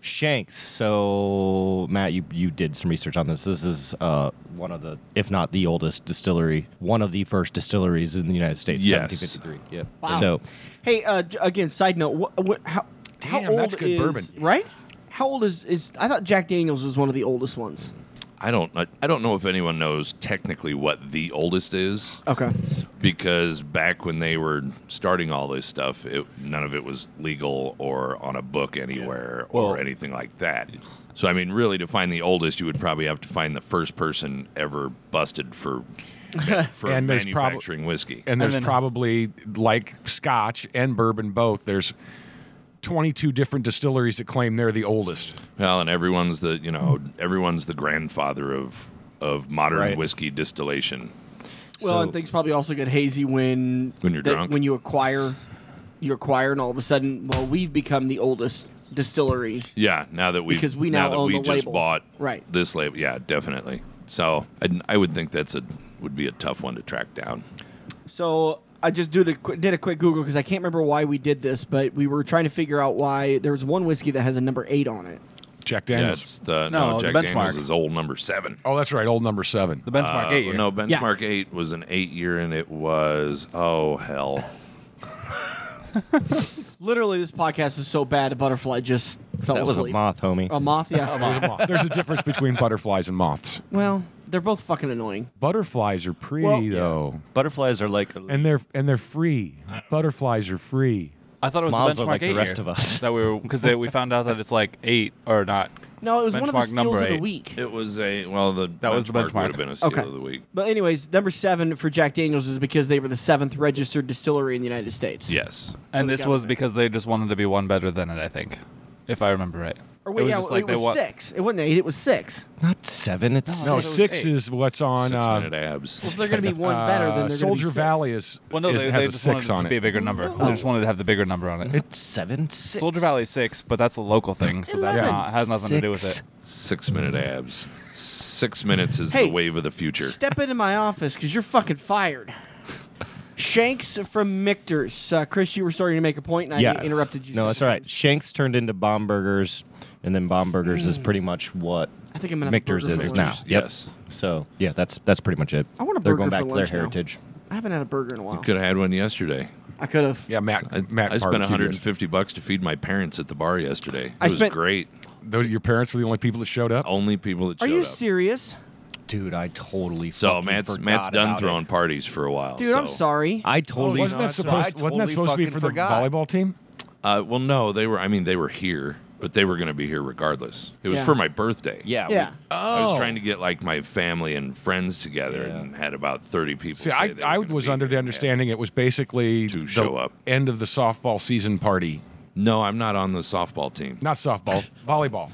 Speaker 3: Shanks. So Matt, you you did some research on this. This is uh, one of the, if not the oldest distillery, one of the first distilleries in the United States.
Speaker 2: Yes.
Speaker 3: 1753. Yep.
Speaker 1: Wow.
Speaker 3: So
Speaker 1: Hey, uh, j- again, side note. What, what, how, how
Speaker 5: Damn,
Speaker 1: old
Speaker 5: that's good
Speaker 1: is
Speaker 5: bourbon.
Speaker 1: right? How old is is? I thought Jack Daniels was one of the oldest ones.
Speaker 2: I don't I, I don't know if anyone knows technically what the oldest is
Speaker 1: Okay.
Speaker 2: because back when they were starting all this stuff, it, none of it was legal or on a book anywhere or anything like that. So I mean, really, to find the oldest, you would probably have to find the first person ever busted for for
Speaker 5: And there's prob-
Speaker 2: manufacturing whiskey.
Speaker 5: And there's
Speaker 4: then-
Speaker 5: probably, like scotch and bourbon both, there's 22 different distilleries that claim they're the oldest.
Speaker 2: Well, and everyone's the you know everyone's the grandfather of of modern
Speaker 3: Right.
Speaker 2: whiskey distillation.
Speaker 1: Well, and things probably also get hazy when
Speaker 2: When you're
Speaker 1: that-
Speaker 2: drunk.
Speaker 1: When you acquire, you acquire, and all of a sudden, well, we've become the oldest distillery.
Speaker 2: Yeah, now that we
Speaker 1: Because we now
Speaker 2: that
Speaker 1: own
Speaker 2: we
Speaker 1: the
Speaker 2: just
Speaker 1: label.
Speaker 2: bought
Speaker 1: Right.
Speaker 2: this label. Yeah, definitely. So I, I would think that's a would be a tough one to track down.
Speaker 1: So I just did a quick, did a quick Google because I can't remember why we did this, but we were trying to figure out why there was one whiskey that has a number eight on it.
Speaker 5: Jack
Speaker 2: Yeah,
Speaker 5: Daniels.
Speaker 2: it's the no,
Speaker 4: No, the
Speaker 2: Jack Daniels
Speaker 4: benchmark.
Speaker 2: is old number seven.
Speaker 5: oh, that's right. Old number seven.
Speaker 4: The benchmark
Speaker 2: Uh,
Speaker 4: eight. year.
Speaker 2: No, benchmark eight was an eight year, and it was oh hell.
Speaker 1: Literally, this podcast is so bad. A butterfly just fell
Speaker 3: that was a
Speaker 1: asleep.
Speaker 3: moth, homie.
Speaker 1: A moth, yeah. A moth.
Speaker 5: There's a difference between butterflies and moths.
Speaker 1: well, they're both fucking annoying.
Speaker 5: Butterflies are pretty
Speaker 1: Well-
Speaker 5: though,
Speaker 3: Butterflies are like
Speaker 5: and they're and they're free. Butterflies are free.
Speaker 4: I thought it was
Speaker 3: Miles
Speaker 4: the
Speaker 3: are
Speaker 4: benchmark
Speaker 3: like the
Speaker 4: eight
Speaker 3: rest
Speaker 4: year.
Speaker 3: of us.
Speaker 4: That we were because we found out that it's like eight or not.
Speaker 1: No, it was one of the
Speaker 4: Benchmark
Speaker 1: steals
Speaker 4: number
Speaker 1: of the
Speaker 4: eight.
Speaker 1: week.
Speaker 2: It was a well the
Speaker 4: That was the
Speaker 2: would have
Speaker 4: benchmark.
Speaker 2: been a steal
Speaker 1: Okay.
Speaker 2: of the week.
Speaker 1: But anyways, number seven for Jack Daniels is because they were the seventh registered distillery in the United States.
Speaker 2: Yes,
Speaker 4: And
Speaker 1: they
Speaker 4: this
Speaker 1: got
Speaker 4: was
Speaker 1: it.
Speaker 4: because they just wanted to be one better than it. I think, if I remember right.
Speaker 1: Or wait,
Speaker 4: it was
Speaker 1: yeah,
Speaker 4: just
Speaker 1: it
Speaker 4: like they
Speaker 1: was
Speaker 4: wa-
Speaker 1: six. It wasn't eight. It was six.
Speaker 3: not seven. It's
Speaker 4: No,
Speaker 5: No,
Speaker 4: I thought it was
Speaker 5: six
Speaker 4: eight.
Speaker 5: is what's on
Speaker 2: six
Speaker 5: uh,
Speaker 2: minute
Speaker 1: Well,
Speaker 2: abs.
Speaker 1: if they're going to be one's better,
Speaker 5: uh,
Speaker 1: then they're going to be
Speaker 5: Soldier
Speaker 1: six.
Speaker 5: Valley is,
Speaker 4: Well, no,
Speaker 5: is-
Speaker 4: they,
Speaker 5: has
Speaker 4: they
Speaker 5: a
Speaker 4: just wanted
Speaker 5: six
Speaker 4: it
Speaker 5: on
Speaker 4: to be a
Speaker 5: it.
Speaker 4: bigger number. They just wanted to have the bigger number on it.
Speaker 3: seven. Six.
Speaker 4: Soldier Valley six, but that's a local thing, so that's
Speaker 1: Eleven.
Speaker 4: not has nothing to do with it.
Speaker 3: Six.
Speaker 2: Six minute abs. Six minutes is
Speaker 1: Hey,
Speaker 2: the wave of the future.
Speaker 1: Step into my office because you're fucking fired. Shanks from Michter's. Uh, Chris, you were starting to make a point, and I interrupted you.
Speaker 3: No, that's all right. Shanks turned into bomb burgers, and then bomb burgers is pretty much what
Speaker 1: Hmm. I think I'm gonna have a
Speaker 3: Michter's
Speaker 1: burger
Speaker 3: is
Speaker 1: for lunch.
Speaker 3: now. Yep.
Speaker 2: Yes.
Speaker 3: So yeah, that's that's pretty much it.
Speaker 1: I want a
Speaker 3: They're
Speaker 1: burger
Speaker 3: going back
Speaker 1: for
Speaker 3: to their
Speaker 1: lunch now.
Speaker 3: heritage.
Speaker 1: I haven't had a burger in a while.
Speaker 2: Could have had one yesterday.
Speaker 1: I could have.
Speaker 5: Yeah, Matt. uh,
Speaker 2: I,
Speaker 5: Matt
Speaker 2: I spent
Speaker 5: barbecued yours.
Speaker 2: 150 bucks to feed my parents at the bar yesterday. It
Speaker 1: I
Speaker 2: was
Speaker 1: spent-
Speaker 2: great.
Speaker 5: Those your parents were the only people that showed up.
Speaker 2: Only people that
Speaker 1: Are
Speaker 2: showed
Speaker 1: you
Speaker 2: up.
Speaker 1: serious,
Speaker 3: Dude, I totally.
Speaker 2: so
Speaker 3: fucking
Speaker 2: Matt's
Speaker 3: forgot
Speaker 2: Matt's done
Speaker 3: about
Speaker 2: throwing
Speaker 3: it.
Speaker 2: parties for a while.
Speaker 1: dude? I'm
Speaker 2: so-
Speaker 1: sorry.
Speaker 3: I totally.
Speaker 5: wasn't that
Speaker 3: that's what I
Speaker 5: supposed? wasn't that
Speaker 3: totally
Speaker 5: supposed to be
Speaker 3: fucking
Speaker 5: for
Speaker 3: forgot.
Speaker 5: the volleyball team?
Speaker 2: Uh, well, no, they were. I mean, they were here, but they were going to be here regardless. It was
Speaker 1: Yeah.
Speaker 2: for my birthday.
Speaker 3: Yeah. we-
Speaker 1: yeah.
Speaker 2: I was trying to get like my family and friends together,
Speaker 3: Yeah.
Speaker 2: and had about 30 people.
Speaker 5: See,
Speaker 2: say
Speaker 5: I,
Speaker 2: they were
Speaker 5: I
Speaker 2: gonna
Speaker 5: was
Speaker 2: be
Speaker 5: under
Speaker 2: here.
Speaker 5: the understanding it was basically
Speaker 2: To
Speaker 5: the
Speaker 2: show up.
Speaker 5: end of the softball season party.
Speaker 2: No, I'm not on the softball team.
Speaker 5: Not softball, volleyball.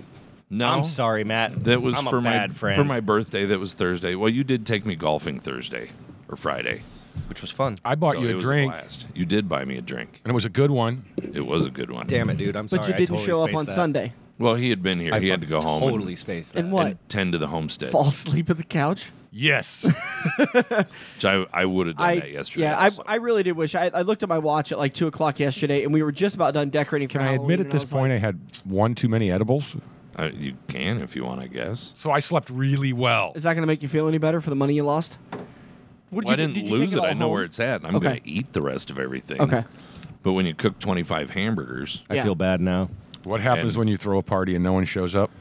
Speaker 2: No,
Speaker 3: I'm sorry, Matt.
Speaker 2: That was
Speaker 3: I'm
Speaker 2: for
Speaker 3: a
Speaker 2: my
Speaker 3: bad friend.
Speaker 2: for my birthday. That was Thursday. Well, you did take me golfing Thursday or Friday.
Speaker 3: which was fun.
Speaker 5: I bought
Speaker 2: So
Speaker 5: you
Speaker 2: it
Speaker 5: a
Speaker 2: was
Speaker 5: drink, and
Speaker 2: blast. You did buy me a drink.
Speaker 5: it was a good one.
Speaker 2: It was a good one.
Speaker 6: Damn it, dude. I'm
Speaker 1: but
Speaker 6: sorry.
Speaker 1: you
Speaker 6: I
Speaker 1: didn't
Speaker 6: totally
Speaker 1: show up
Speaker 6: spaced
Speaker 1: on
Speaker 6: that.
Speaker 1: Sunday
Speaker 2: Well, he had been here.
Speaker 6: I
Speaker 2: he had to
Speaker 6: fucking
Speaker 2: go home. and-
Speaker 6: Totally spaced that.
Speaker 1: and what?
Speaker 2: And tend to the homestead,
Speaker 1: Fall asleep at the couch.
Speaker 5: Yes,
Speaker 2: which I, I would have done
Speaker 1: I
Speaker 2: that yesterday.
Speaker 1: yeah, I,
Speaker 2: also.
Speaker 1: I really did wish. I, I looked at my watch at like two o'clock yesterday, and we were just about done decorating.
Speaker 5: can I admit at this point I had one too many edibles,
Speaker 2: I- uh, you can if you want, I guess.
Speaker 5: so I slept really well.
Speaker 1: Is that going to make you feel any better for the money you lost? What
Speaker 2: Well, I didn't lose it. I know where it's at. and I'm
Speaker 1: Okay.
Speaker 2: going to eat the rest of everything.
Speaker 1: Okay.
Speaker 2: But when you cook 25 hamburgers,
Speaker 3: I
Speaker 1: Yeah.
Speaker 3: feel bad now.
Speaker 5: What happens
Speaker 2: And-
Speaker 5: when you throw a party and no one shows up?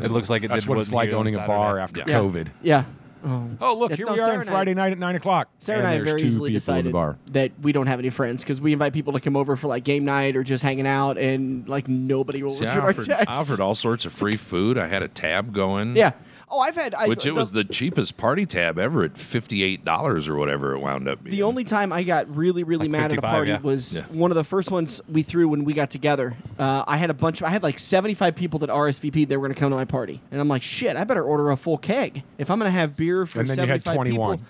Speaker 4: It looks like it
Speaker 5: That's
Speaker 4: did
Speaker 5: what
Speaker 4: with
Speaker 5: it's like
Speaker 4: you on
Speaker 5: owning a
Speaker 4: Saturday.
Speaker 5: bar after
Speaker 2: Yeah.
Speaker 5: COVID.
Speaker 1: Yeah. Oh.
Speaker 5: Oh, look,
Speaker 1: Yeah,
Speaker 5: here
Speaker 1: no,
Speaker 5: we are
Speaker 1: Sarah
Speaker 5: on
Speaker 1: and I-
Speaker 5: Friday night at nine o'clock.
Speaker 1: Sarah
Speaker 5: and
Speaker 1: and, I
Speaker 5: there's
Speaker 1: very
Speaker 5: two
Speaker 1: easily
Speaker 5: people in
Speaker 1: decided
Speaker 5: the bar.
Speaker 1: that we don't have any friends because we invite people to come over for like game night or just hanging out, and like nobody will
Speaker 2: see, I
Speaker 1: return our
Speaker 2: offered, I
Speaker 1: texts.
Speaker 2: offered all sorts of free food. I had a tab going.
Speaker 1: Yeah. Oh, I've had. I,
Speaker 2: Which it was the cheapest party tab ever at $58 or whatever it wound up being.
Speaker 1: The only time I got really, really
Speaker 4: Like
Speaker 1: mad at a
Speaker 4: 55,
Speaker 1: party
Speaker 4: yeah.
Speaker 1: was
Speaker 2: Yeah.
Speaker 1: one of the first ones we threw when we got together. Uh, I had a bunch of, I had like 75 people that RSVP'd they were going to come to my party. And I'm like, shit, I better order a full keg. If I'm going to have beer for
Speaker 5: And then you
Speaker 1: 75
Speaker 5: had 21.
Speaker 1: people,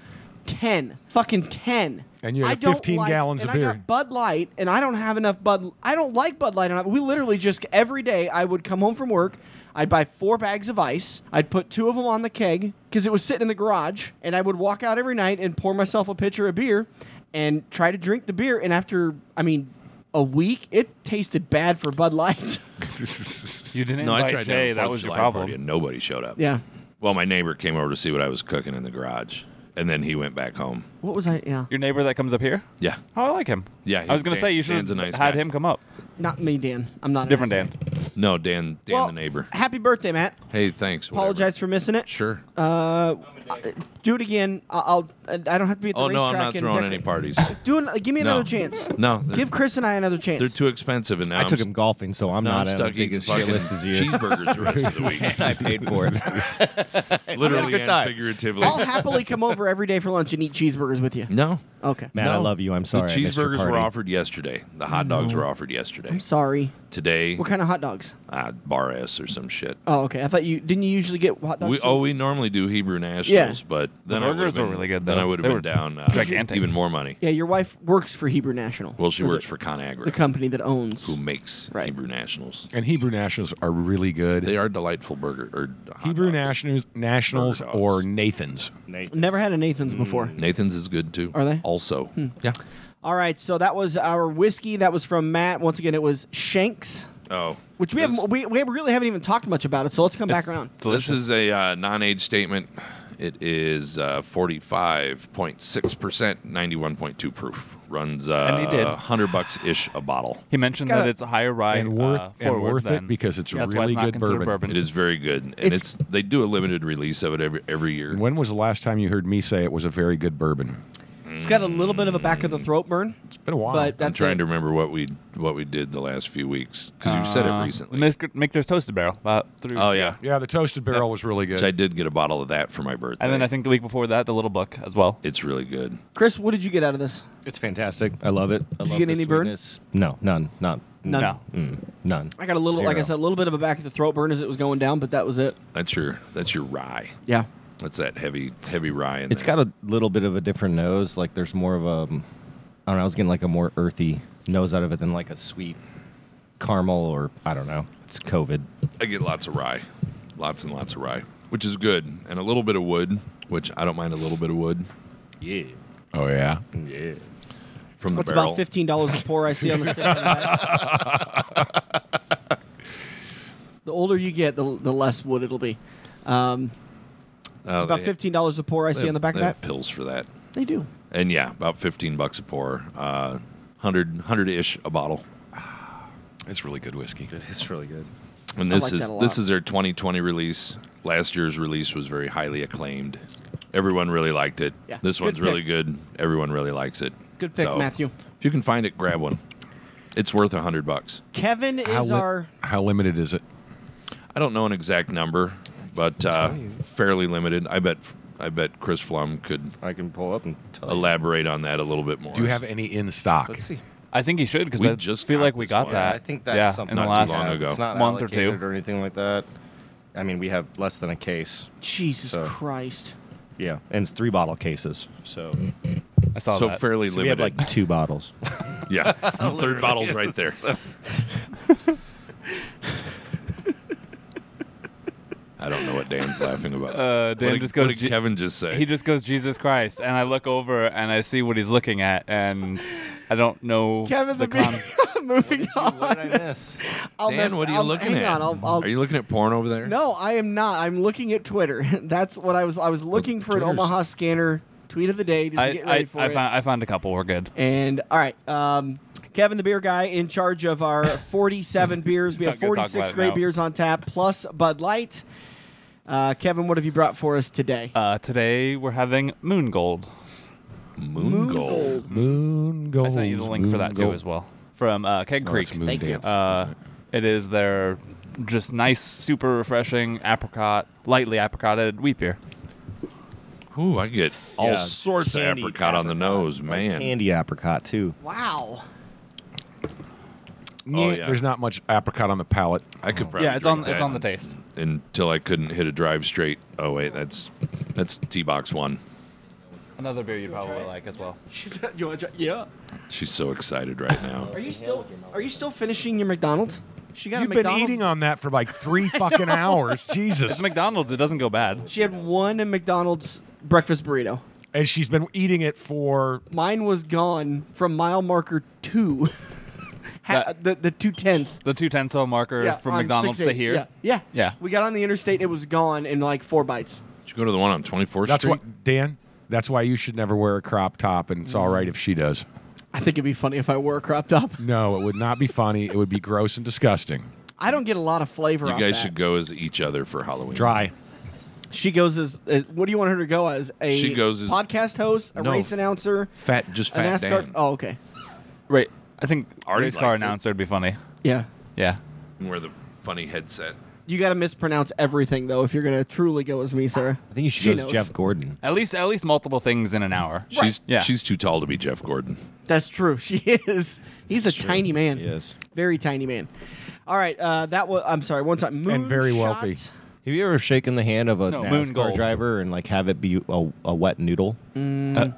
Speaker 1: 10. Fucking 10.
Speaker 5: And you had
Speaker 1: I don't
Speaker 5: 15
Speaker 1: like-
Speaker 5: gallons
Speaker 1: and
Speaker 5: of
Speaker 1: I
Speaker 5: beer.
Speaker 1: got Bud Light, and I don't have enough Bud. I don't like Bud Light enough. We literally just every day I would come home from work. I'd buy four bags of ice. I'd put two of them on the keg because it was sitting in the garage, and I would walk out every night and pour myself a pitcher of beer, and try to drink the beer. And after, I mean, a week, it tasted bad for Bud Light.
Speaker 4: You didn't
Speaker 2: No, I
Speaker 4: invite
Speaker 2: tried to have
Speaker 4: Jay.
Speaker 2: a
Speaker 4: That
Speaker 2: Fourth
Speaker 4: was your
Speaker 2: July party
Speaker 4: problem.
Speaker 2: and nobody showed up.
Speaker 1: yeah.
Speaker 2: Well, my neighbor came over to see what I was cooking in the garage, and then he went back home.
Speaker 1: What was I? Yeah.
Speaker 4: Your neighbor that comes up here.
Speaker 2: Yeah.
Speaker 4: Oh, I like him.
Speaker 2: Yeah,
Speaker 4: I was gonna
Speaker 2: Dan-
Speaker 4: say you should
Speaker 2: Dan's a
Speaker 4: have
Speaker 2: nice
Speaker 4: had
Speaker 2: guy.
Speaker 4: him come up.
Speaker 1: Not me, Dan. I'm not an
Speaker 4: Different
Speaker 1: ass
Speaker 4: Dan.
Speaker 1: man.
Speaker 2: No, Dan, Dan
Speaker 1: Well,
Speaker 2: the neighbor.
Speaker 1: Happy birthday, Matt.
Speaker 2: Hey, thanks. whatever.
Speaker 1: Apologize for missing it.
Speaker 2: Sure.
Speaker 1: Uh, do it again. I- I'll. I don't have to be at the
Speaker 2: oh no,
Speaker 1: racetrack.
Speaker 2: I'm not
Speaker 1: and
Speaker 2: throwing
Speaker 1: decorate.
Speaker 2: any parties.
Speaker 1: Do an, uh, give me
Speaker 2: No.
Speaker 1: another chance.
Speaker 2: No, they're,
Speaker 1: Give Chris and I another chance.
Speaker 2: they're too expensive, and now
Speaker 3: I
Speaker 2: am
Speaker 3: took him golfing, so I'm
Speaker 2: No,
Speaker 3: not
Speaker 2: I'm
Speaker 3: as
Speaker 2: stuck
Speaker 3: big
Speaker 2: eating
Speaker 3: as shit
Speaker 2: fucking
Speaker 3: list as you.
Speaker 2: cheeseburgers the rest of the week.
Speaker 3: I paid for it.
Speaker 2: Literally
Speaker 3: good
Speaker 2: and
Speaker 3: time.
Speaker 2: figuratively.
Speaker 1: I'll happily come over every day for lunch and eat cheeseburgers with you.
Speaker 2: No.
Speaker 1: Okay.
Speaker 3: Matt, I
Speaker 2: No.
Speaker 3: love you. I'm sorry.
Speaker 2: The
Speaker 3: I missed your
Speaker 2: cheeseburgers were
Speaker 3: party.
Speaker 2: offered yesterday. The hot dogs were offered yesterday.
Speaker 1: I'm sorry.
Speaker 2: Today,
Speaker 1: What kind of hot dogs?
Speaker 2: uh, bar S or some shit.
Speaker 1: Oh, okay. I thought you didn't. You usually get hot dogs.
Speaker 2: We,
Speaker 1: too?
Speaker 2: oh, we normally do Hebrew Nationals,
Speaker 1: Yeah.
Speaker 2: but then
Speaker 4: The
Speaker 2: I would've
Speaker 4: burgers were
Speaker 2: been-
Speaker 4: really good,
Speaker 2: Then I
Speaker 4: though.
Speaker 2: would
Speaker 4: They
Speaker 2: have
Speaker 4: were
Speaker 2: been down uh,
Speaker 4: gigantic.
Speaker 2: even more money.
Speaker 1: yeah. Your wife works for Hebrew National.
Speaker 2: Well, she
Speaker 1: or the-
Speaker 2: works for ConAgra,
Speaker 1: the company that owns.
Speaker 2: who makes
Speaker 1: Right.
Speaker 2: Hebrew Nationals.
Speaker 5: And Hebrew Nationals are really good.
Speaker 2: They are delightful burger or hot
Speaker 5: Hebrew
Speaker 2: dogs.
Speaker 5: Nationals, Nationals
Speaker 2: Burger dogs.
Speaker 5: or Nathan's.
Speaker 1: Never had a
Speaker 2: Mm.
Speaker 1: Nathan's before.
Speaker 2: Nathan's is good too.
Speaker 1: Are they? Hmm.
Speaker 2: Also, yeah.
Speaker 1: All right. So that was our whiskey. That was from Matt. Once again, it was Shanks,
Speaker 2: Oh,
Speaker 1: which we
Speaker 2: This-
Speaker 1: haven't. We, we really haven't even talked much about it. So let's come back around.
Speaker 2: This is a uh, non-age statement. It is uh, forty-five point six percent, ninety-one point two proof. Runs
Speaker 4: And he did.
Speaker 2: uh, hundred bucks ish a bottle.
Speaker 4: He mentioned
Speaker 1: Got
Speaker 4: that
Speaker 1: it.
Speaker 4: it's a higher rye
Speaker 5: And worth-
Speaker 4: uh,
Speaker 5: and
Speaker 4: forward
Speaker 5: worth it
Speaker 4: than-
Speaker 5: because it's a
Speaker 4: That's why
Speaker 5: really
Speaker 4: not
Speaker 5: good
Speaker 4: considered
Speaker 5: bourbon.
Speaker 2: It is very good, and it's,
Speaker 1: It's-
Speaker 2: they do a limited release of it every every year.
Speaker 5: When was the last time you heard me say it was a very good bourbon?
Speaker 1: It's got a little bit of a back of the throat burn,
Speaker 5: It's been a while.
Speaker 1: but that's
Speaker 2: I'm trying
Speaker 1: it.
Speaker 2: to remember what we what we did the last few weeks because you've said it
Speaker 4: Uh,
Speaker 2: recently.
Speaker 4: Mr. Michter's Toasted Barrel about three weeks
Speaker 2: oh
Speaker 4: ago.
Speaker 2: yeah,
Speaker 5: yeah, the toasted barrel was really
Speaker 2: Which I
Speaker 5: good.
Speaker 2: did get a bottle of that for my birthday.
Speaker 4: And then I think the week before that, the Little Book as well.
Speaker 2: it's really good.
Speaker 1: Chris, what did you get out of this?
Speaker 3: It's fantastic. I love it. I
Speaker 1: Did you
Speaker 3: love
Speaker 1: get
Speaker 3: the
Speaker 1: any burn?
Speaker 3: sweetness. No, none. Not
Speaker 1: None.
Speaker 4: No.
Speaker 3: Mm, none.
Speaker 1: I got a little, like I
Speaker 3: Zero.
Speaker 1: said, a little bit of a back of the throat burn as it was going down, but that was it.
Speaker 2: That's your that's your rye.
Speaker 1: Yeah.
Speaker 2: That's that heavy heavy rye. In
Speaker 3: It's
Speaker 2: there.
Speaker 3: got a little bit of a different nose. Like there's more of a, um, I don't know. I was getting like a more earthy nose out of it than like a sweet caramel or I don't know. It's COVID.
Speaker 2: I get lots of rye, lots and lots of rye, which is good, and a little bit of wood, which I don't mind a little bit of wood
Speaker 3: Yeah.
Speaker 5: oh yeah.
Speaker 2: from the
Speaker 1: That's
Speaker 2: barrel.
Speaker 1: about fifteen dollars a pour I see on the stick. on the back. the older you get, the, the less wood it'll be. Um,
Speaker 2: Oh,
Speaker 1: about
Speaker 2: they-
Speaker 1: fifteen dollars a pour I
Speaker 2: Oh, they
Speaker 1: see on
Speaker 2: have-
Speaker 1: the back
Speaker 2: they
Speaker 1: of that.
Speaker 2: have pills for that.
Speaker 1: They do.
Speaker 2: and yeah, about fifteen bucks a pour. Uh, 100 ish a bottle.
Speaker 5: It's really good whiskey.
Speaker 3: It's really good.
Speaker 2: And this
Speaker 1: Ah. like that
Speaker 2: is
Speaker 1: a lot.
Speaker 2: this is their 2020 release. Last year's release was very highly acclaimed. Everyone really liked it.
Speaker 1: Yeah.
Speaker 2: This
Speaker 1: Good
Speaker 2: one's really
Speaker 1: pick.
Speaker 2: good. Everyone really likes it.
Speaker 1: Good pick, Matthew.
Speaker 2: If you can find it, grab one. It's worth a hundred bucks.
Speaker 1: Kevin
Speaker 5: How,
Speaker 1: is
Speaker 5: li-
Speaker 1: our
Speaker 5: how limited is it?
Speaker 2: I don't know an exact number, but uh, fairly limited. I bet I bet Chris Flum could
Speaker 3: I can pull up and tell you.
Speaker 2: elaborate on that a little bit more.
Speaker 5: Do you have any in stock?
Speaker 3: Let's see.
Speaker 4: I think he should because
Speaker 2: We
Speaker 4: I
Speaker 2: just
Speaker 4: just feel
Speaker 2: got
Speaker 4: like we
Speaker 2: this
Speaker 4: got
Speaker 2: one.
Speaker 4: that.
Speaker 2: Yeah,
Speaker 3: I think that's
Speaker 4: yeah,
Speaker 3: something
Speaker 4: in the
Speaker 2: not
Speaker 4: last
Speaker 2: too long ago.
Speaker 3: It's not
Speaker 4: month or two.
Speaker 3: allocated or anything like that. I mean, we have less than a case.
Speaker 1: Jesus
Speaker 3: So-
Speaker 1: Christ.
Speaker 3: Yeah, and it's three bottle cases. So,
Speaker 4: I saw
Speaker 2: so
Speaker 4: that.
Speaker 2: fairly
Speaker 3: so we have
Speaker 2: limited?
Speaker 3: like two bottles.
Speaker 2: yeah, third bottle's right there. I don't know what Dan's laughing about.
Speaker 4: Uh, Dan
Speaker 2: What did-
Speaker 4: just
Speaker 2: what
Speaker 4: goes,
Speaker 2: did
Speaker 4: "Je-
Speaker 2: Kevin just say.
Speaker 4: he just goes Jesus Christ, and I look over and I see what he's looking at, and I don't know.
Speaker 1: Kevin the,
Speaker 4: con-
Speaker 1: Bee- moving on.
Speaker 3: I miss?
Speaker 1: I'll
Speaker 2: Dan,
Speaker 1: mess-
Speaker 2: what are you
Speaker 1: I'll-
Speaker 2: looking
Speaker 1: hang
Speaker 2: at?
Speaker 1: On, I'll, I'll,
Speaker 2: are you looking at porn over there?
Speaker 1: no, I am not. I'm looking at Twitter. That's what I was. I was looking for an
Speaker 2: Twitter's-
Speaker 1: Omaha scanner tweet of the day just to
Speaker 4: I
Speaker 1: get ready
Speaker 4: I,
Speaker 1: for
Speaker 4: I,
Speaker 1: it.
Speaker 4: found, I found a couple. We're good.
Speaker 1: And all right, um, Kevin the beer guy in charge of our 47 beers. We
Speaker 4: Not
Speaker 1: have
Speaker 4: gonna talk
Speaker 1: 46
Speaker 4: about it
Speaker 1: great
Speaker 4: now.
Speaker 1: beers on tap plus Bud Light. Uh, Kevin, what have you brought for us today?
Speaker 4: Uh, today we're having Moon Gold.
Speaker 2: Moon, gold.
Speaker 5: Moon gold.
Speaker 4: I sent you the link for that too as well from uh, Keg
Speaker 5: No,
Speaker 4: Creek.
Speaker 5: it's Moon
Speaker 1: Thank you.
Speaker 5: Dance,
Speaker 4: Uh,
Speaker 5: isn't it?
Speaker 4: it is their just nice, super refreshing apricot, lightly apricoted wheat beer.
Speaker 2: Ooh, I get all
Speaker 3: Yeah,
Speaker 2: sorts of
Speaker 3: candy
Speaker 2: apricot, on the nose, man.
Speaker 3: Candy apricot too.
Speaker 1: Wow.
Speaker 2: Oh,
Speaker 4: oh,
Speaker 5: Yeah,
Speaker 2: yeah.
Speaker 5: There's not much apricot on the palate.
Speaker 2: I could probably
Speaker 4: yeah, it's on
Speaker 2: drink
Speaker 4: it's
Speaker 2: that
Speaker 4: on the taste.
Speaker 2: until I couldn't hit a drive straight. Oh wait, that's that's T box one.
Speaker 4: Another beer you probably like as well.
Speaker 1: She said, "You want to try? Yeah."
Speaker 2: She's so excited right now.
Speaker 1: Are you still Are you still finishing your McDonald's? She got a
Speaker 5: You've been
Speaker 1: McDonald's.
Speaker 5: eating on that for like three fucking hours.
Speaker 4: It's
Speaker 5: Jesus.
Speaker 4: McDonald's. It doesn't go bad.
Speaker 1: She had one McDonald's breakfast burrito.
Speaker 5: And she's been eating it for
Speaker 1: Mine was gone from mile marker two, ha-
Speaker 4: That-
Speaker 1: the the two tenth.
Speaker 4: The two ten cell marker from McDonald's to here.
Speaker 1: Yeah. yeah,
Speaker 4: Yeah.
Speaker 1: We got on the interstate. It was gone in like four bites.
Speaker 2: Did you go to the one on Twenty Fourth
Speaker 5: That's
Speaker 2: Street?
Speaker 5: what Dan. That's why you should never wear a crop top, and it's all right if she does.
Speaker 1: I think it'd be funny if I wore a crop top.
Speaker 5: No, it would not be funny. It would be gross and disgusting.
Speaker 1: I don't get a lot of flavor.
Speaker 2: you
Speaker 1: off
Speaker 2: guys
Speaker 1: that.
Speaker 2: should go as each other for Halloween.
Speaker 5: Dry.
Speaker 1: She goes as uh, what do you want her to go as? A
Speaker 2: She goes as-
Speaker 1: podcast host, a
Speaker 2: No.
Speaker 1: race announcer,
Speaker 2: Fat, just
Speaker 1: a
Speaker 2: fat
Speaker 1: NASCAR.
Speaker 2: Dan.
Speaker 1: Oh, okay.
Speaker 4: Right. I think
Speaker 2: Artie
Speaker 4: race car
Speaker 2: likes it.
Speaker 4: announcer would be funny.
Speaker 1: Yeah.
Speaker 4: Yeah.
Speaker 1: oh.
Speaker 2: Wear the funny headset.
Speaker 1: You got to mispronounce everything though if you're gonna truly go as me, Sarah.
Speaker 3: I think you should
Speaker 1: She
Speaker 3: go with
Speaker 1: knows.
Speaker 3: Jeff Gordon.
Speaker 4: At least at least multiple things in an hour.
Speaker 2: She's
Speaker 4: Yeah.
Speaker 2: she's too tall to be Jeff Gordon.
Speaker 1: That's true. She is. He's a tiny man.
Speaker 3: Yes.
Speaker 1: Very tiny man. All right. Uh, that was. I'm sorry. One time. Moon
Speaker 5: And very
Speaker 1: shot.
Speaker 5: wealthy.
Speaker 3: Have you ever shaken the hand of a
Speaker 4: No, Moon
Speaker 3: NASCAR
Speaker 4: Gold.
Speaker 3: driver and like have it be a, a wet noodle?
Speaker 4: Uh,
Speaker 3: There's a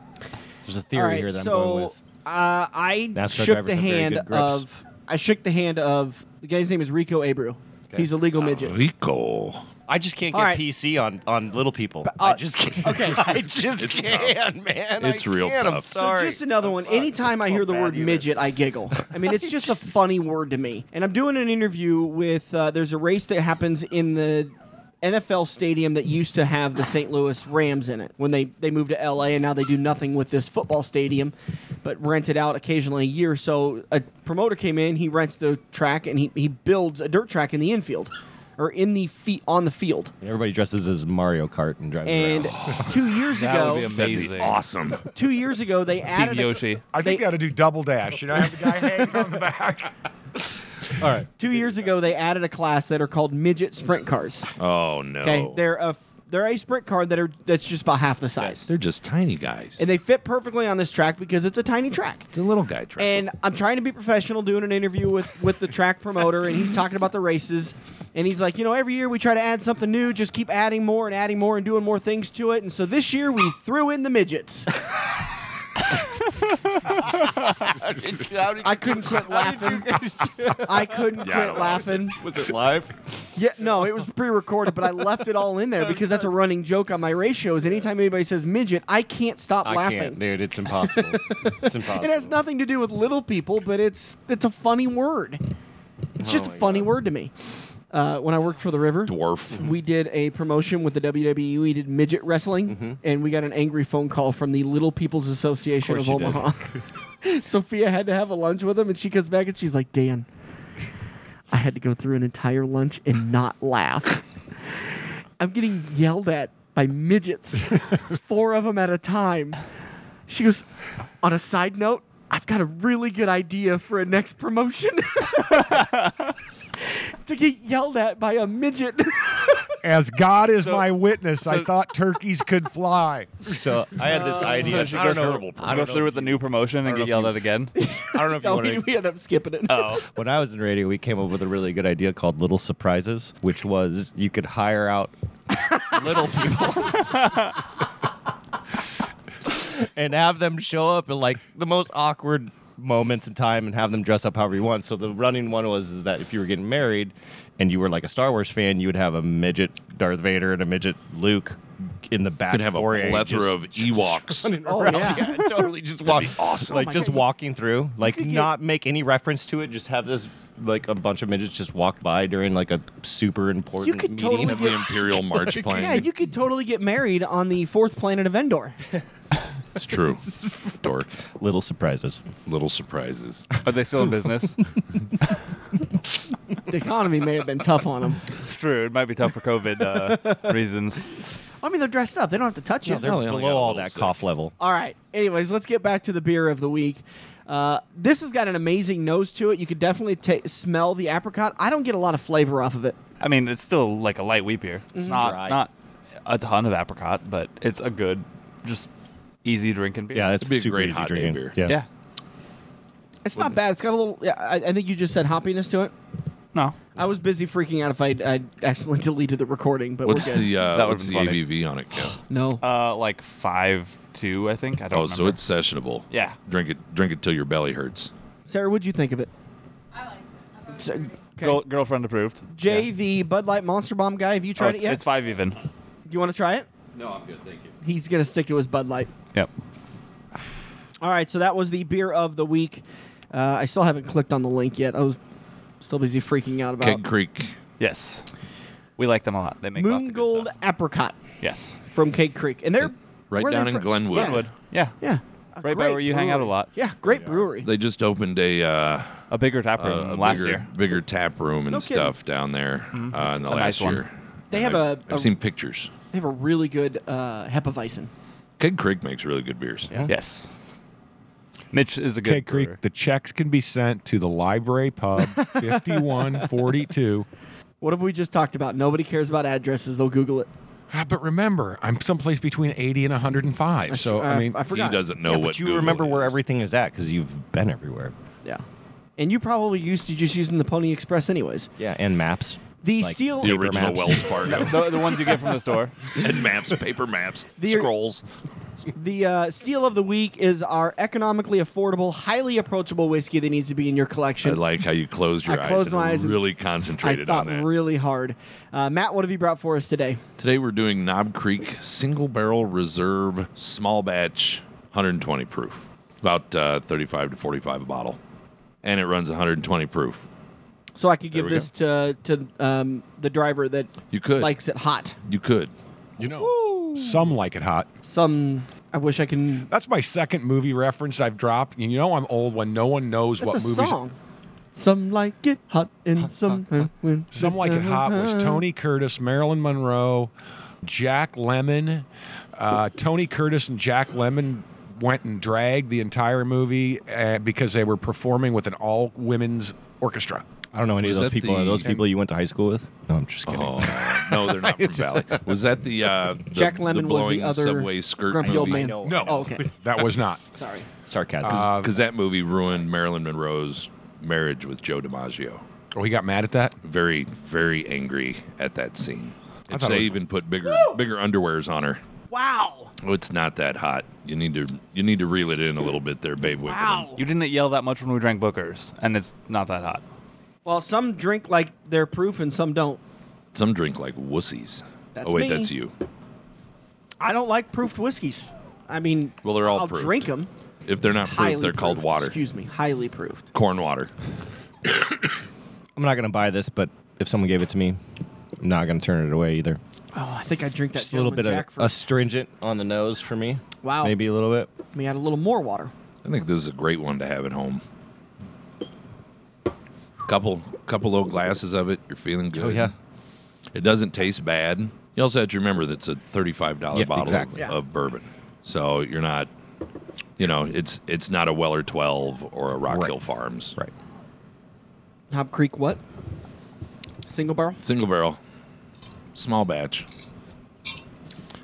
Speaker 1: All
Speaker 3: theory
Speaker 1: right.
Speaker 3: here that
Speaker 1: Mm. so
Speaker 3: I'm going with.
Speaker 1: Uh, I
Speaker 3: NASCAR
Speaker 1: shook
Speaker 3: drivers
Speaker 1: the
Speaker 3: have very
Speaker 1: hand
Speaker 3: good grips.
Speaker 1: of. I shook the hand of the guy's name is Rico Abreu. He's a
Speaker 3: Oh,
Speaker 1: legal midget.
Speaker 2: Rico.
Speaker 3: I just can't
Speaker 1: All
Speaker 3: get
Speaker 1: right.
Speaker 3: PC on on little people.
Speaker 1: uh,
Speaker 3: I just can't.
Speaker 1: okay.
Speaker 3: I just
Speaker 2: It's
Speaker 3: can't, man.
Speaker 2: It's
Speaker 3: I
Speaker 2: real
Speaker 3: can't, I'm
Speaker 2: tough. So
Speaker 3: sorry.
Speaker 1: So just another one. Anytime I hear the word midget, I giggle. I mean, it's just a funny word to me. And I'm doing an interview with. Uh, there's a race that happens in the NFL stadium that used to have the St. Louis Rams in it. When they they moved to LA and now they do nothing with this football stadium, but rent it out occasionally a year. So a promoter came in. He rents the track and he he builds a dirt track in the infield, or in the feet on the field.
Speaker 3: Everybody dresses as Mario Kart and drives
Speaker 1: And
Speaker 3: around.
Speaker 1: two years ago,
Speaker 4: be amazing.
Speaker 2: That'd be awesome.
Speaker 1: two years ago they added
Speaker 4: Team
Speaker 1: a-
Speaker 4: Yoshi.
Speaker 5: I think
Speaker 1: They-
Speaker 5: you got to do double dash. You know, have the guy hanging on the back.
Speaker 3: All right.
Speaker 1: Two years ago, they added a class that are called midget sprint cars.
Speaker 2: Oh no.
Speaker 1: Okay, they're a they're a sprint car that are that's just about half the size,
Speaker 2: They're just tiny guys.
Speaker 1: and they fit perfectly on this track because it's a tiny track.
Speaker 2: it's a little guy track.
Speaker 1: And I'm trying to be professional, doing an interview with with the track promoter, and he's talking about the races, and he's like, you know, every year we try to add something new, just keep adding more and adding more and doing more things to it, and so this year we threw in the midgets. I couldn't quit laughing. I couldn't
Speaker 2: Yeah, I don't
Speaker 1: quit
Speaker 2: know.
Speaker 1: laughing.
Speaker 3: Was it live?
Speaker 1: Yeah, no, it was pre-recorded, but I left it all in there because that's a running joke on my ratios. Anytime anybody says midget, I can't stop
Speaker 3: I
Speaker 1: laughing.
Speaker 3: can't, dude. It's impossible. it's impossible.
Speaker 1: It has nothing to do with little people, but it's it's a funny word. It's just a funny word to me. uh, when I worked for the River.
Speaker 3: Mm-hmm.
Speaker 2: Dwarf.
Speaker 1: We did a promotion with the WWE. We did midget wrestling,
Speaker 3: Mm-hmm.
Speaker 1: and we got an angry phone call from the Little People's Association
Speaker 3: Of
Speaker 1: of,
Speaker 3: course
Speaker 1: Omaha. Sophia had to have a lunch with him, and she comes back and she's like, "Dan, I had to go through an entire lunch and not laugh. I'm getting yelled at by midgets, four of them at a time." She goes, "On a side note." I've got a really good idea for a next promotion. to get yelled at by a midget.
Speaker 5: As God is my witness, I thought turkeys could fly.
Speaker 6: So I had this
Speaker 4: Uh, So
Speaker 6: idea.
Speaker 4: did you
Speaker 6: I
Speaker 4: go
Speaker 6: don't know.
Speaker 4: through-
Speaker 6: I don't
Speaker 4: Go
Speaker 6: know
Speaker 4: through
Speaker 6: if
Speaker 4: with the
Speaker 6: you-
Speaker 4: new promotion and
Speaker 6: don't know
Speaker 4: get
Speaker 6: if
Speaker 4: yelled
Speaker 6: you-
Speaker 4: at again.
Speaker 6: I don't know if you
Speaker 1: no,
Speaker 6: want
Speaker 1: Oh, we,
Speaker 6: to.
Speaker 1: we end up skipping
Speaker 4: Uh,
Speaker 1: it.
Speaker 6: Oh,
Speaker 3: When I was in radio, we came up with a really good idea called Little Surprises, which was you could hire out little people and have them show up at like the most awkward moments in time and have them dress up however you want. So the running one was is that if you were getting married and you were like a Star Wars fan, you would have a midget Darth Vader and a midget Luke in the back.
Speaker 2: Could have a
Speaker 3: foyer
Speaker 2: plethora
Speaker 3: just-
Speaker 2: of Ewoks.
Speaker 1: Oh, yeah.
Speaker 3: totally just walk
Speaker 2: awesome.
Speaker 3: like
Speaker 1: Oh my
Speaker 3: just
Speaker 1: God, you-
Speaker 3: walking through like
Speaker 1: could get-
Speaker 3: not make any reference to it just have this like a bunch of midgets just walk by during like a super important
Speaker 1: could
Speaker 3: meeting
Speaker 1: totally
Speaker 3: of
Speaker 2: Have the Imperial March playing.
Speaker 1: Yeah, you could totally get married on the fourth planet of Endor.
Speaker 2: it's true. Dork.
Speaker 3: little surprises
Speaker 2: Little surprises.
Speaker 4: Are they still in business?
Speaker 1: the economy may have been tough on them.
Speaker 4: it's true. It might be tough for COVID uh, reasons.
Speaker 1: I mean, they're dressed up. They don't have to touch you.
Speaker 3: they're
Speaker 2: No, they only got
Speaker 3: below
Speaker 2: a
Speaker 3: all
Speaker 2: little
Speaker 3: that
Speaker 2: sick.
Speaker 3: cough level
Speaker 1: All right. Anyways, let's get back to the beer of the week. Uh, this has got an amazing nose to it. You could definitely ta smell the apricot. I don't get a lot of flavor off of it.
Speaker 4: I mean, it's still like a light wheat beer.
Speaker 1: Mm-hmm.
Speaker 4: It's not
Speaker 3: Dry.
Speaker 4: not a ton of apricot, but it's a good, just easy drinking beer.
Speaker 3: yeah that's
Speaker 2: It'd be a
Speaker 3: super
Speaker 2: great
Speaker 3: easy
Speaker 2: hot day
Speaker 3: drinking.
Speaker 2: beer.
Speaker 3: yeah,
Speaker 4: yeah.
Speaker 1: It's not bad. It's got a little. Yeah, I, I think you just said hoppiness to it.
Speaker 4: No,
Speaker 1: I was busy freaking out if I'd, I'd accidentally deleted the recording, but
Speaker 2: What's
Speaker 1: we're good.
Speaker 2: the uh,
Speaker 4: That
Speaker 2: what's
Speaker 4: would've
Speaker 2: the
Speaker 4: been
Speaker 2: ABV
Speaker 4: funny.
Speaker 2: on it, Kev?
Speaker 1: no?
Speaker 4: uh, like five two, I think. I
Speaker 2: Oh,
Speaker 4: don't.
Speaker 2: so
Speaker 4: remember.
Speaker 2: it's sessionable.
Speaker 4: Yeah.
Speaker 2: Drink it. Drink it till your belly hurts.
Speaker 1: Sarah, what'd you think of it?
Speaker 7: I like it. I thought it was
Speaker 1: So-
Speaker 7: great.
Speaker 1: okay.
Speaker 4: Girl, girlfriend approved.
Speaker 1: Jay,
Speaker 4: Yeah.
Speaker 1: the Bud Light Monster Bomb guy, have you
Speaker 4: Oh,
Speaker 1: tried
Speaker 4: it's,
Speaker 1: it yet?
Speaker 4: it's five even.
Speaker 1: Do you want to try it?
Speaker 2: No, I'm good. Thank you.
Speaker 1: He's gonna stick to his Bud Light.
Speaker 4: Yep.
Speaker 1: All right, so that was the beer of the week. Uh, I still haven't clicked on the link yet. I was still busy freaking out about
Speaker 2: Keg Creek.
Speaker 4: Yes. We like them a lot. They make lots
Speaker 1: Moon
Speaker 4: of good
Speaker 1: Gold
Speaker 4: stuff.
Speaker 1: Apricot
Speaker 4: Yes.
Speaker 1: from Cake Creek, and they're
Speaker 2: Right
Speaker 1: where are
Speaker 2: down
Speaker 1: they
Speaker 2: in
Speaker 1: from?
Speaker 2: Glenwood.
Speaker 1: Yeah.
Speaker 4: Good. Yeah.
Speaker 1: Yeah, A
Speaker 4: Right by
Speaker 1: great
Speaker 4: where you hang out a
Speaker 1: brewery.
Speaker 4: lot.
Speaker 1: Yeah, great brewery.
Speaker 2: They just opened a uh,
Speaker 4: A bigger tap
Speaker 2: a,
Speaker 4: room
Speaker 2: Uh, a
Speaker 4: than last
Speaker 2: bigger,
Speaker 4: year.
Speaker 2: bigger tap room and
Speaker 1: No kidding.
Speaker 2: stuff down there
Speaker 3: Mm-hmm.
Speaker 2: uh, in the
Speaker 4: a
Speaker 2: last
Speaker 4: nice one.
Speaker 2: year.
Speaker 1: They
Speaker 2: And
Speaker 1: have
Speaker 2: I've-
Speaker 1: a-
Speaker 2: I've
Speaker 1: a-
Speaker 2: seen pictures.
Speaker 1: They have a really good uh, Hefeweizen.
Speaker 2: Keg Creek makes really good beers. Yeah.
Speaker 4: Yes. Mitch is a good
Speaker 5: Keg Creek.
Speaker 4: brewer.
Speaker 5: The checks can be sent to the Library Pub, 5142.
Speaker 1: What have we just talked about? Nobody cares about addresses. They'll Google it.
Speaker 5: Ah, But remember, I'm someplace between 80 and 105. So,
Speaker 1: Uh,
Speaker 5: I mean,
Speaker 1: I
Speaker 2: He
Speaker 1: forgot.
Speaker 2: doesn't know
Speaker 3: Yeah,
Speaker 2: what
Speaker 3: but you
Speaker 2: Google
Speaker 3: remember where
Speaker 2: is.
Speaker 3: everything is at because you've been everywhere
Speaker 1: Yeah, and you probably used to just using the Pony Express anyways.
Speaker 3: yeah and maps
Speaker 1: The
Speaker 3: Like
Speaker 1: steel,
Speaker 2: the
Speaker 3: Paper
Speaker 2: original
Speaker 3: maps.
Speaker 2: Wells Fargo
Speaker 4: the, the ones you get from the store.
Speaker 2: and maps, paper maps,
Speaker 1: The-
Speaker 2: scrolls.
Speaker 1: The uh, steal of the week is our economically affordable, highly approachable whiskey that needs to be in your
Speaker 2: I
Speaker 1: collection.
Speaker 2: like how you closed your
Speaker 1: I
Speaker 2: eyes
Speaker 1: closed
Speaker 2: and
Speaker 1: my eyes and
Speaker 2: really
Speaker 1: I
Speaker 2: concentrated on
Speaker 1: thought
Speaker 2: that.
Speaker 1: really hard. Uh, Matt, what have you brought for us today?
Speaker 2: Today we're doing Knob Creek Single Barrel Reserve Small Batch 120 proof, about uh, 35 to 45 a bottle, and it runs 120 proof.
Speaker 1: So I could
Speaker 2: There
Speaker 1: give
Speaker 2: we
Speaker 1: this to to um, the driver that
Speaker 2: You could,
Speaker 1: likes it hot.
Speaker 2: you could.
Speaker 5: you know, some like it hot.
Speaker 1: Some I wish I can.
Speaker 5: That's my second movie reference I've dropped. You know, I'm old when no one knows
Speaker 1: That's
Speaker 5: what
Speaker 1: a
Speaker 5: movies.
Speaker 1: song. Some like it hot and some when
Speaker 5: Some Like It Hot
Speaker 1: Mm-hmm.
Speaker 5: was Tony Curtis, Marilyn Monroe, Jack Lemon. Uh, Tony Curtis and Jack Lemon went and dragged the entire movie uh, because they were performing with an all women's orchestra.
Speaker 3: i don't know any
Speaker 2: Was
Speaker 3: of those
Speaker 2: that
Speaker 3: people are
Speaker 2: the-
Speaker 3: those people you went to high school with no i'm just kidding
Speaker 2: Oh no, they're not from Valley. Was that the, uh, the
Speaker 1: Jack Lemmon
Speaker 2: the
Speaker 1: was the
Speaker 2: blowing
Speaker 1: other
Speaker 2: subway skirt
Speaker 1: grumpy
Speaker 2: movie?
Speaker 1: old man.
Speaker 3: know.
Speaker 5: No.
Speaker 1: Oh, okay.
Speaker 5: That was not.
Speaker 1: Sorry.
Speaker 3: sarcasm
Speaker 5: Uh,
Speaker 2: because that movie ruined Marilyn Monroe's marriage with Joe DiMaggio.
Speaker 5: Oh, he got mad at that?
Speaker 2: Very, very angry at that scene.
Speaker 5: I
Speaker 2: If
Speaker 5: thought it
Speaker 2: they
Speaker 5: was-
Speaker 2: even put bigger, bigger underwears on her.
Speaker 1: Wow.
Speaker 2: Oh, it's not that hot. You need to, you need to reel it in a little bit there, babe. Wickham.
Speaker 1: Wow.
Speaker 4: You didn't yell that much when we drank Booker's, and it's not that hot.
Speaker 1: Well, some drink like their proof and some don't.
Speaker 2: Some drink like wussies.
Speaker 1: That's
Speaker 2: oh wait,
Speaker 1: me.
Speaker 2: that's you.
Speaker 1: I don't like proofed whiskeys. I mean,
Speaker 2: Well, they're all
Speaker 1: I'll
Speaker 2: proofed.
Speaker 1: drink them.
Speaker 2: If they're not proof,
Speaker 1: Highly
Speaker 2: they're called
Speaker 1: proofed.
Speaker 2: water.
Speaker 1: Excuse me, highly proofed.
Speaker 2: Corn water.
Speaker 3: i'm not gonna buy this but if someone gave it to me, I'm not gonna turn it away either.
Speaker 1: Oh, I think I drink that
Speaker 3: Just a little bit
Speaker 1: Gentleman Jack
Speaker 3: of
Speaker 1: for-
Speaker 3: astringent on the nose for me.
Speaker 1: Wow.
Speaker 3: maybe a little bit.
Speaker 1: Let me add a little more water.
Speaker 2: I think this is a great one to have at home. Couple couple little glasses of it, you're feeling good.
Speaker 3: Oh yeah,
Speaker 2: It doesn't taste bad. You also have to remember that's a thirty-five dollar
Speaker 3: Yeah,
Speaker 2: bottle
Speaker 3: exactly.
Speaker 1: Yeah.
Speaker 2: of bourbon, so you're not, you know, it's it's not a Weller Twelve or a Rock Hill Farms
Speaker 3: right.
Speaker 1: Knob Creek, what? Single barrel.
Speaker 2: single barrel, small batch.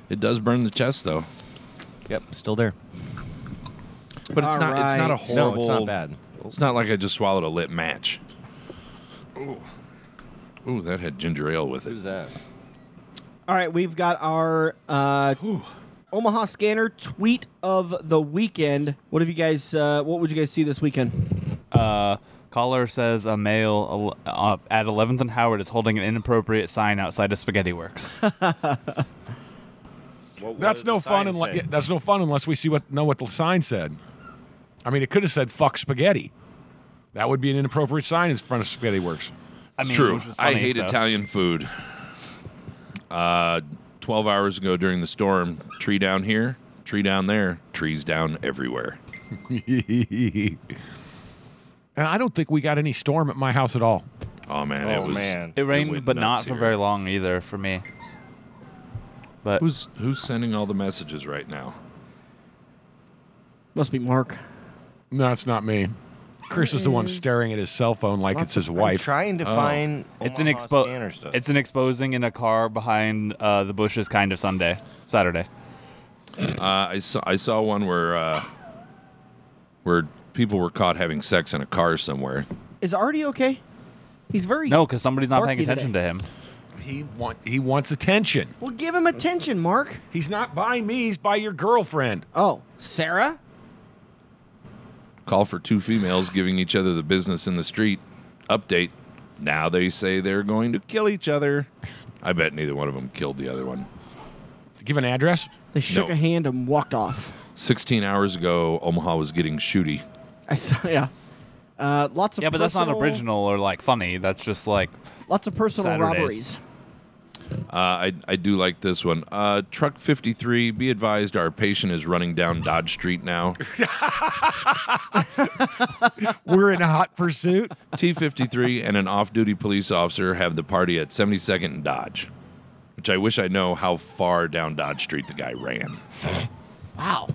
Speaker 2: It does burn the chest though,
Speaker 3: Yep, still there.
Speaker 2: but it's
Speaker 1: All
Speaker 2: not it's not a
Speaker 1: right.
Speaker 2: horrible.
Speaker 3: No, it's not bad. Oh,
Speaker 2: It's not like I just swallowed a lit match. Ooh, ooh, that had ginger ale with it.
Speaker 3: Who's that?
Speaker 1: All right, we've got our uh, Omaha Scanner tweet of the weekend. What have you guys? Uh, what would you guys see this weekend?
Speaker 4: Uh, caller says a male uh, uh, at 11th and Howard is holding an inappropriate sign outside of Spaghetti Works.
Speaker 5: That's no fun unless yeah, that's no fun unless we see what know what the sign said. I mean, it could have said "fuck spaghetti." That would be an inappropriate sign in front of Spaghetti Works.
Speaker 4: I
Speaker 2: It's
Speaker 4: mean,
Speaker 2: true.
Speaker 4: which is
Speaker 2: I
Speaker 4: funny,
Speaker 2: hate
Speaker 4: so.
Speaker 2: Italian food. Uh, 12 hours ago during the storm, tree down here, tree down there, trees down everywhere.
Speaker 5: and I don't think we got any storm at my house at all.
Speaker 2: Oh man, it
Speaker 3: Oh,
Speaker 2: was
Speaker 3: man.
Speaker 4: It
Speaker 2: went
Speaker 4: rained, but
Speaker 2: nuts
Speaker 4: not for
Speaker 2: here.
Speaker 4: very long either for me. But
Speaker 2: Who's who's sending all the messages right now?
Speaker 1: Must be Mark.
Speaker 5: No, it's not me. Chris is the one staring at his cell phone like it's his wife.
Speaker 3: trying
Speaker 2: Oh.
Speaker 3: to find.
Speaker 4: it's an
Speaker 3: Omaha scanner
Speaker 4: expo-
Speaker 3: stuff.
Speaker 4: It's an exposing in a car behind uh, the bushes kind of Sunday, Saturday.
Speaker 2: Uh, I saw I saw one where uh, where people were caught having sex in a car somewhere.
Speaker 1: Is Artie okay? He's very
Speaker 4: No, because somebody's not
Speaker 1: Marky
Speaker 4: paying attention
Speaker 1: today.
Speaker 4: to him.
Speaker 5: He want he wants attention.
Speaker 1: Well, give him attention, Mark.
Speaker 5: He's not by me. He's by your girlfriend.
Speaker 1: Oh, Sarah.
Speaker 2: Call for two females giving each other the business in the street. Update. Now they say they're going to kill each other. I bet neither one of them killed the other one.
Speaker 5: Give an address.
Speaker 1: They shook
Speaker 2: No.
Speaker 1: a hand and walked off.
Speaker 2: 16 hours ago, Omaha was getting shooty.
Speaker 1: I saw. Yeah. Uh, lots of
Speaker 4: Yeah, but that's not
Speaker 1: personal-
Speaker 4: original or like funny. That's just like
Speaker 1: Lots of personal
Speaker 4: Saturdays.
Speaker 1: robberies.
Speaker 2: Uh, I, I do like this one. Uh, truck 53, be advised our patient is running down Dodge Street now.
Speaker 5: We're in a hot pursuit.
Speaker 2: T53 and an off duty police officer have the party at 72nd and Dodge, which I wish I know how far down Dodge Street the guy ran.
Speaker 1: Wow.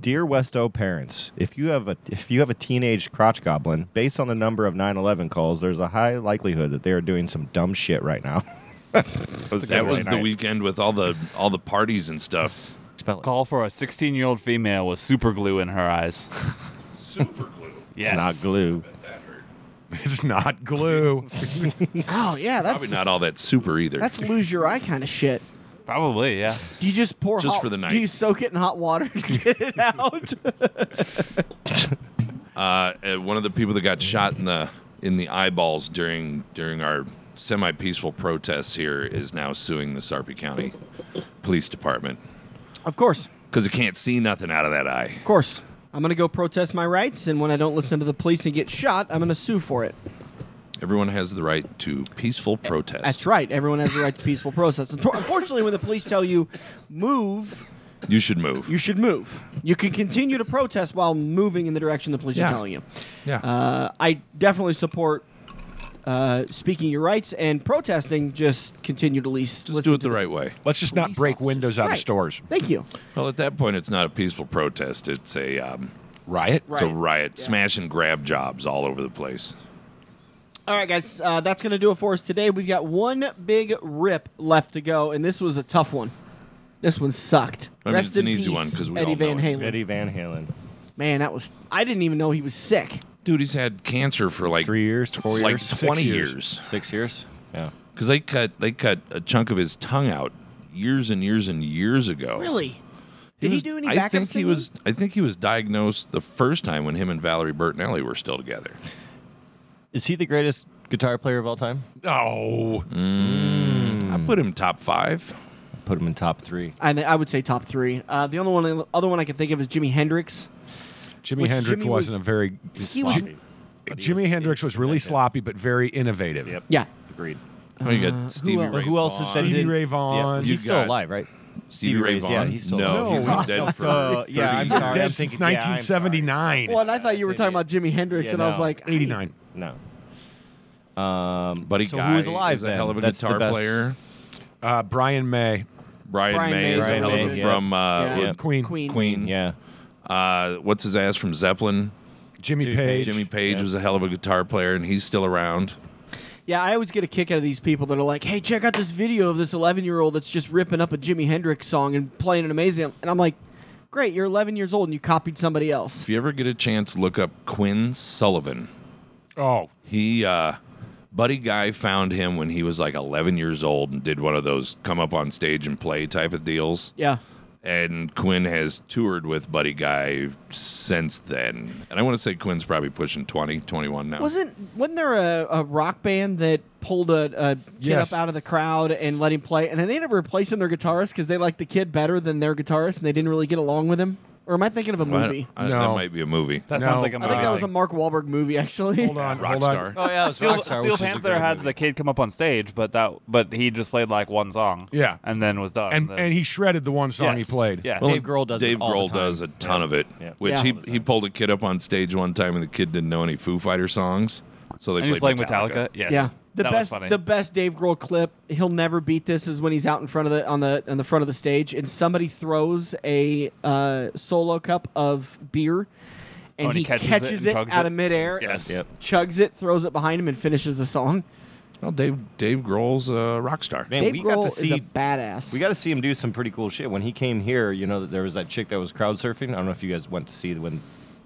Speaker 3: Dear Westo parents, if you have a if you have a teenage crotch goblin, based on the number of 9/11 calls, there's a high likelihood that they are doing some dumb shit right now.
Speaker 2: that was the weekend with all the all the parties and stuff.
Speaker 3: Spell it.
Speaker 4: call for a 16 year old female with super glue in her eyes.
Speaker 2: Super glue.
Speaker 4: Yes.
Speaker 3: It's not glue.
Speaker 5: It's not glue.
Speaker 1: Oh yeah, that's
Speaker 2: Probably not all that super either.
Speaker 1: that's lose your eye kind of shit.
Speaker 4: Probably, yeah.
Speaker 1: Do you just pour
Speaker 2: Just
Speaker 1: hot-
Speaker 2: for the night.
Speaker 1: Do you soak it in hot water to get it out?
Speaker 2: uh, uh, one of the people that got shot in the in the eyeballs during during our semi peaceful protests here is now suing the Sarpy County Police Department
Speaker 1: of course, of
Speaker 2: because it can't see nothing out of that eye.
Speaker 1: course. I'm gonna go protest my rights, and when I don't listen to the police and get shot, I'm gonna sue for it.
Speaker 2: Everyone has the right to peaceful protest.
Speaker 1: That's right. Everyone has the right to peaceful protest. Unfor- Unfortunately, when the police tell you move,
Speaker 2: You should move.
Speaker 1: you should move. You can continue to protest while moving in the direction the police
Speaker 5: Yeah.
Speaker 1: are telling you.
Speaker 5: yeah.
Speaker 1: Uh, I definitely support uh, speaking your rights and protesting. Just continue to lease.
Speaker 2: Just do it the right way.
Speaker 5: Let's just not break windows out of stores.
Speaker 1: Thank you.
Speaker 2: Well, at that point, it's not a peaceful protest. It's a um,
Speaker 5: Riot.
Speaker 1: Right.
Speaker 2: it's a riot,
Speaker 1: Yeah.
Speaker 2: smash and grab jobs all over the place.
Speaker 1: All right, guys, uh, that's going to do it for us today. We've got one big rip left to go, and this was a tough one. This one sucked.
Speaker 2: I mean,
Speaker 1: Rest
Speaker 2: it's an
Speaker 1: in
Speaker 2: easy
Speaker 1: peace,
Speaker 2: one 'cause we
Speaker 1: Eddie
Speaker 2: all know
Speaker 1: Van
Speaker 2: it.
Speaker 1: Halen.
Speaker 3: Eddie Van Halen.
Speaker 1: Man, that was. I didn't even know he was sick.
Speaker 2: Dude, he's had cancer for like
Speaker 3: Three years, four
Speaker 2: like
Speaker 3: years,
Speaker 2: twenty
Speaker 5: Six
Speaker 2: years.
Speaker 5: years.
Speaker 3: six years. Yeah.
Speaker 2: because they cut they cut a chunk of his tongue out years and years and years ago.
Speaker 1: Really? Did he,
Speaker 2: was-
Speaker 1: do any
Speaker 2: I
Speaker 1: backup
Speaker 2: think he
Speaker 1: singing?
Speaker 2: was. I think he was diagnosed the first time when him and Valerie Bertinelli were still together.
Speaker 3: Is he the greatest guitar player of all time?
Speaker 5: Oh,
Speaker 2: Mm. I put him top five.
Speaker 3: Put him in top three.
Speaker 1: I, mean, I would say top three. Uh, the only one, other one I can think of is Jimi Hendrix.
Speaker 5: Jimi
Speaker 1: Which
Speaker 5: Hendrix
Speaker 1: Jimmy
Speaker 5: wasn't
Speaker 1: was-
Speaker 5: a very.
Speaker 1: He was,
Speaker 5: Jimi Hendrix was really sloppy, but very innovative.
Speaker 3: Yep.
Speaker 1: Yeah.
Speaker 3: Agreed.
Speaker 2: Oh, you got Stevie
Speaker 1: else?
Speaker 2: Ray
Speaker 3: Uh, Who else
Speaker 2: Vaughan.
Speaker 3: has said
Speaker 5: Stevie
Speaker 3: did-
Speaker 5: Ray Vaughan.
Speaker 3: Yeah,
Speaker 2: You
Speaker 3: he's still
Speaker 2: got-
Speaker 3: alive, right?
Speaker 2: Stevie Ray Vaughan.
Speaker 3: Yeah, he's still alive.
Speaker 2: no,
Speaker 5: alive.
Speaker 2: he's
Speaker 5: No.
Speaker 2: been dead for.
Speaker 3: Uh, yeah, I'm
Speaker 2: 30
Speaker 3: sorry.
Speaker 5: Dead
Speaker 3: I'm
Speaker 5: since
Speaker 3: thinking- yeah, I'm sorry.
Speaker 5: 1979.
Speaker 1: Well, and I thought you were
Speaker 3: That's
Speaker 1: talking about Jimi Hendrix,
Speaker 3: Yeah,
Speaker 1: and I was
Speaker 3: no.
Speaker 1: like,
Speaker 5: 89.
Speaker 3: No. Um,
Speaker 2: Buddy
Speaker 3: so
Speaker 2: Guy
Speaker 3: who was alive
Speaker 2: is a
Speaker 3: then?
Speaker 2: hell of a
Speaker 3: That's the
Speaker 2: guitar
Speaker 3: best-
Speaker 2: player.
Speaker 5: Uh, Brian May.
Speaker 2: Brian,
Speaker 1: Brian
Speaker 2: May is
Speaker 1: May,
Speaker 2: a hell of a
Speaker 3: May, yeah.
Speaker 2: from uh,
Speaker 1: Yeah.
Speaker 5: Queen.
Speaker 1: Queen.
Speaker 2: Queen.
Speaker 3: Yeah.
Speaker 2: Uh, what's his ass from Zeppelin?
Speaker 5: Jimmy
Speaker 3: Dude,
Speaker 5: Page.
Speaker 2: Jimmy Page
Speaker 3: Yeah.
Speaker 2: was a hell of a guitar player, and he's still around.
Speaker 1: Yeah, I always get a kick out of these people that are like, "Hey, check out this video of this 11-year-old that's just ripping up a Jimi Hendrix song and playing it amazing." And I'm like, "Great, you're 11 years old and you copied somebody else."
Speaker 2: If you ever get a chance, look up Quinn Sullivan.
Speaker 5: Oh,
Speaker 2: He, uh, Buddy Guy found him when he was like 11 years old and did one of those come up on stage and play type of deals.
Speaker 1: Yeah,
Speaker 2: And Quinn has toured with Buddy Guy since then. And I want to say Quinn's probably pushing 20, 21 now.
Speaker 1: wasn't wasn't there a, a rock band that pulled a, a kid
Speaker 5: Yes.
Speaker 1: up out of the crowd and let him play, and then they ended up replacing their guitarist because they liked the kid better than their guitarist, and they didn't really get along with him? Or am I thinking of a
Speaker 2: Well, I-
Speaker 1: movie?
Speaker 2: I- That
Speaker 5: No.
Speaker 2: might be a movie.
Speaker 6: That
Speaker 5: No.
Speaker 6: sounds like a
Speaker 5: I
Speaker 1: I think that was a
Speaker 6: movie.
Speaker 1: Mark Wahlberg movie, actually.
Speaker 5: hold on. hold on.
Speaker 2: Rockstar.
Speaker 6: Oh yeah, Steel,
Speaker 3: Rockstar,
Speaker 6: Steel
Speaker 3: which is a
Speaker 6: Panther
Speaker 3: great
Speaker 6: had
Speaker 3: movie.
Speaker 6: the kid come up on stage, but that but he just played like one song.
Speaker 5: Yeah.
Speaker 6: and then was done.
Speaker 5: And,
Speaker 6: then,
Speaker 5: and he shredded the one song
Speaker 6: Yes.
Speaker 5: he played.
Speaker 6: Yeah,
Speaker 3: Dave Grohl does it
Speaker 2: Dave
Speaker 3: all the
Speaker 2: Grohl
Speaker 3: time.
Speaker 2: does a ton of it,
Speaker 3: Yeah.
Speaker 2: which
Speaker 1: Yeah.
Speaker 2: he he pulled a kid up on stage one time, and the kid didn't know any Foo Fighter songs, so they
Speaker 4: And he was
Speaker 2: played
Speaker 4: playing Metallica. Yes.
Speaker 1: Yeah, the
Speaker 6: That was
Speaker 1: best
Speaker 6: funny.
Speaker 1: the best Dave Grohl clip. He'll never beat this. Is when he's out in front of the on the on the front of the stage, and somebody throws a uh, solo cup of beer, and,
Speaker 6: Oh, and
Speaker 1: he, catches, it,
Speaker 6: and chugs
Speaker 1: out
Speaker 6: it?
Speaker 1: of midair.
Speaker 6: Yes. Yep.
Speaker 1: chugs it, throws it behind him, and finishes the song.
Speaker 2: Well, Dave Dave Grohl's a rock star.
Speaker 3: Man,
Speaker 1: Dave
Speaker 3: we
Speaker 1: Grohl
Speaker 3: got to see
Speaker 1: is a badass.
Speaker 3: we got to see him do some pretty cool shit. When he came here, you know, there was that chick that was crowd surfing. I don't know if you guys went to see when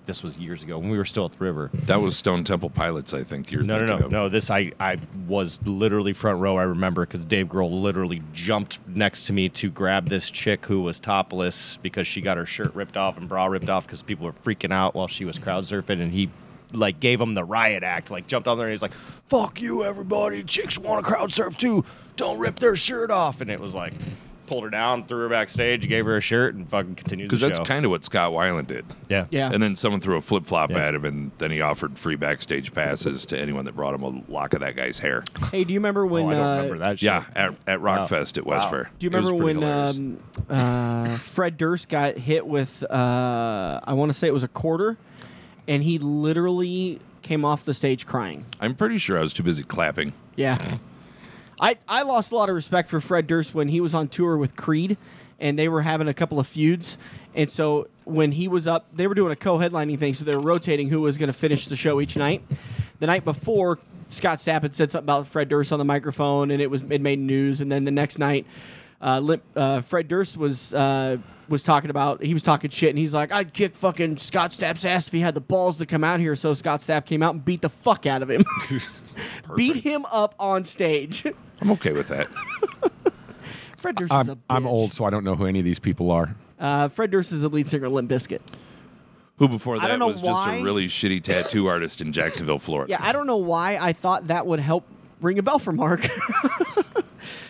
Speaker 3: this was years ago when we were still at the river.
Speaker 2: That was Stone Temple Pilots, I think. You're
Speaker 3: No, no,
Speaker 2: thinking
Speaker 3: no,
Speaker 2: of.
Speaker 3: no. This I I was literally front row. I remember because Dave Grohl literally jumped next to me to grab this chick who was topless because she got her shirt ripped off and bra ripped off because people were freaking out while she was crowd surfing, and he like gave him the riot act. Like jumped on there and he's like, "Fuck you, everybody! Chicks want to crowd surf too. Don't rip their shirt off." And it was like. Pulled her down, threw her backstage, gave her a shirt, and fucking continued the
Speaker 2: Because
Speaker 3: show.
Speaker 2: that's kind of what Scott Weiland did.
Speaker 3: yeah,
Speaker 1: yeah,
Speaker 2: And then someone threw a flip flop
Speaker 3: Yeah.
Speaker 2: at him, and then he offered free backstage passes to anyone that brought him a lock of that guy's hair.
Speaker 1: hey, do you remember when?
Speaker 3: Oh, I don't
Speaker 1: uh,
Speaker 3: remember that. Shit.
Speaker 2: yeah, at, at Rockfest at West Fair.
Speaker 1: Do you
Speaker 2: It was
Speaker 1: remember
Speaker 2: pretty
Speaker 1: when
Speaker 2: hilarious.
Speaker 1: um, uh, Fred Durst got hit with? Uh, I want to say it was a quarter, and he literally came off the stage crying.
Speaker 2: I'm pretty sure I was too busy clapping.
Speaker 1: Yeah. I, I lost a lot of respect for Fred Durst when he was on tour with Creed and they were having a couple of feuds. And so when he was up, they were doing a co headlining thing. So they were rotating who was going to finish the show each night. The night before, Scott Stapp had said something about Fred Durst on the microphone and it was it made news. And then the next night, uh, Limp, uh, Fred Durst was uh, was talking about he was talking shit and he's like I'd kick fucking Scott Stapp's ass if he had the balls to come out here. So Scott Stapp came out and beat the fuck out of him, beat him up on stage.
Speaker 2: I'm okay with that.
Speaker 1: Fred Durst is a
Speaker 5: I'm,
Speaker 1: bitch.
Speaker 5: I'm old, so I don't know who any of these people are.
Speaker 1: Uh, Fred Durst is the lead singer of Limp Bizkit.
Speaker 2: Who before
Speaker 1: I don't
Speaker 2: that
Speaker 1: know
Speaker 2: was
Speaker 1: why.
Speaker 2: just a really shitty tattoo artist in Jacksonville, Florida.
Speaker 1: Yeah, I don't know why I thought that would help ring a bell for Mark.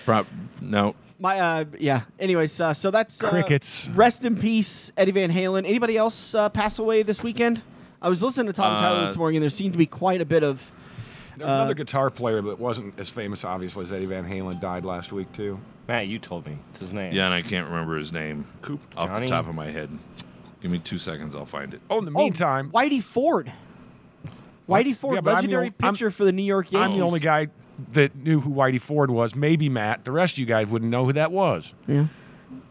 Speaker 2: Prob- no,
Speaker 1: My uh, yeah. Anyways, uh, so that's uh,
Speaker 5: Crickets.
Speaker 1: Rest in peace, Eddie Van Halen. Anybody else uh, pass away this weekend? I was listening to Tom Tyler
Speaker 2: Uh,
Speaker 1: this morning, and there seemed to be quite a bit of.
Speaker 5: There was another guitar player that wasn't as famous, obviously, as Eddie Van Halen died last week, too.
Speaker 3: Matt, you told me it's his name.
Speaker 2: Yeah, and I can't remember his name
Speaker 5: Coop.
Speaker 2: off
Speaker 3: Johnny?
Speaker 2: the top of my head. Give me two seconds, I'll find it.
Speaker 5: Oh, in the meantime,
Speaker 1: Whitey Ford.
Speaker 5: What?
Speaker 1: Whitey Ford,
Speaker 5: Yeah, but I'm the
Speaker 1: legendary
Speaker 5: ol- I'm-
Speaker 1: pitcher for the New York
Speaker 5: I'm
Speaker 1: Yankees.
Speaker 5: the only guy that knew who Whitey Ford was. Maybe Matt. The rest of you guys wouldn't know who that was.
Speaker 1: Yeah.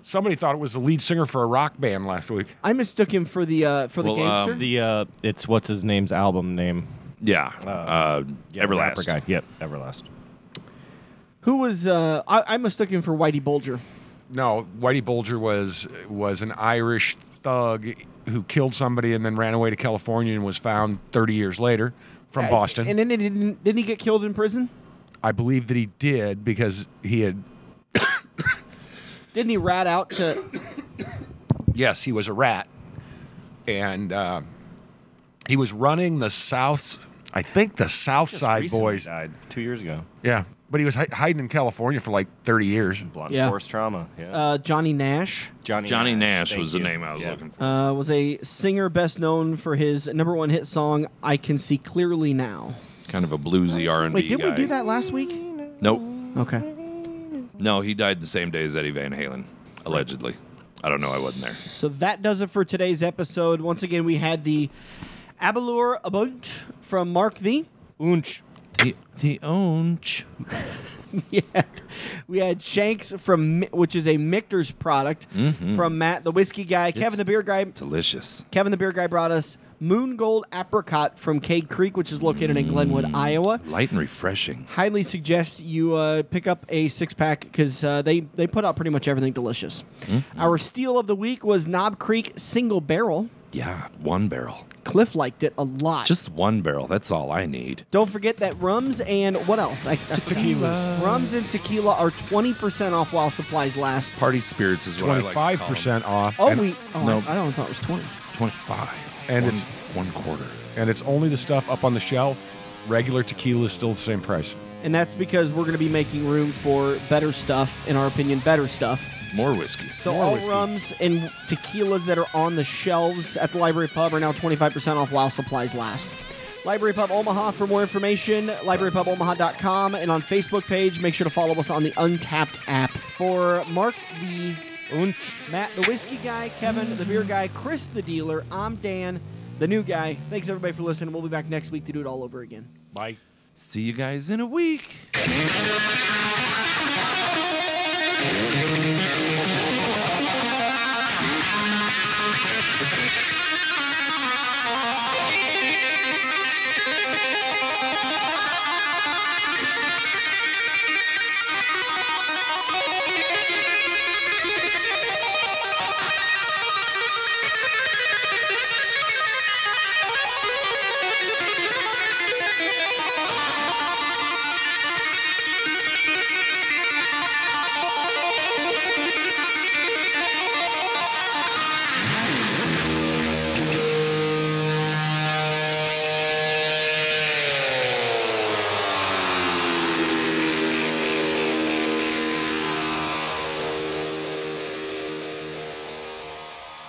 Speaker 5: Somebody thought it was the lead singer for a rock band last week.
Speaker 1: I mistook him for the uh, for the
Speaker 2: Well,
Speaker 1: gangster.
Speaker 2: um,
Speaker 3: the uh, it's what's his name's album name.
Speaker 2: Yeah, uh,
Speaker 3: Yeah, the rapper
Speaker 2: Everlast.
Speaker 3: guy. Yep, Everlast.
Speaker 1: Who was uh, I, I mistook him for Whitey Bulger.
Speaker 5: No, Whitey Bulger was was an Irish thug who killed somebody and then ran away to California and was found 30 years later from
Speaker 1: Uh,
Speaker 5: Boston.
Speaker 1: And then he didn't didn't he get killed in prison?
Speaker 5: I believe that he did because he had
Speaker 1: Didn't he rat out to?
Speaker 5: yes, he was a rat, and uh, he was running the South. I think the South Side
Speaker 3: recently
Speaker 5: Boys.
Speaker 3: died two years ago.
Speaker 5: Yeah, but he was hi- hiding in California for like 30 years.
Speaker 3: Blunt
Speaker 1: Yeah.
Speaker 3: force trauma. Yeah.
Speaker 1: Uh, Johnny Nash
Speaker 3: Johnny,
Speaker 2: Johnny Nash
Speaker 3: thank
Speaker 2: was
Speaker 3: you.
Speaker 2: the name I was
Speaker 3: Yeah.
Speaker 2: looking for.
Speaker 1: uh, was a singer best known for his number one hit song "I Can See Clearly Now."
Speaker 2: Kind of a bluesy R and B
Speaker 1: Wait,
Speaker 2: guy.
Speaker 1: did we do that last week?
Speaker 2: Nope.
Speaker 1: Okay.
Speaker 2: No, he died the same day as Eddie Van Halen, allegedly. I don't know. I wasn't there.
Speaker 1: So that does it for today's episode. Once again, we had the Abelur Abunt from Mark the.
Speaker 3: Oonch.
Speaker 2: The the orange.
Speaker 1: Yeah. We had Shanks from Mi- which is a Michter's product
Speaker 5: Mm-hmm.
Speaker 1: from Matt the whiskey guy, Kevin the beer guy.
Speaker 2: Delicious.
Speaker 1: Kevin the beer guy brought us Moon Gold Apricot from Cade Creek, which is located in Glenwood, Iowa.
Speaker 2: Light and refreshing.
Speaker 1: Highly suggest you uh, pick up a six pack because uh, they they put out pretty much everything delicious. Our steal of the week was Knob Creek Single Barrel.
Speaker 2: Yeah, one barrel.
Speaker 1: Cliff liked it a lot.
Speaker 2: Just one barrel. That's all I need.
Speaker 1: Don't forget that rums and what else? I, I tequila. Rums and tequila are 20% off while supplies last.
Speaker 2: Party spirits is what I like.
Speaker 5: Twenty-five percent off.
Speaker 1: Oh,
Speaker 5: and,
Speaker 1: we. Oh,
Speaker 2: no.
Speaker 1: I, I only thought it was 20.
Speaker 2: Twenty-five.
Speaker 5: And
Speaker 2: One-
Speaker 5: it's-
Speaker 2: one quarter.
Speaker 5: and it's only the stuff up on the shelf. Regular tequila is still the same price.
Speaker 1: And that's because we're going to be making room for better stuff, in our opinion, better stuff.
Speaker 2: More whiskey.
Speaker 1: So all rums and tequilas that are on the shelves at the Library Pub are now 25% off while supplies last. Library Pub Omaha for more information, librarypubomaha.com, and on Facebook page, make sure to follow us on the Untapped app. For Mark the
Speaker 3: Oonch.
Speaker 1: Matt, the whiskey guy, Kevin, the beer guy, Chris, the dealer. I'm Dan, the new guy. Thanks everybody for listening. We'll be back next week to do it all over again.
Speaker 5: Bye.
Speaker 2: See you guys in a week.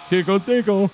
Speaker 3: Tickle, tickle.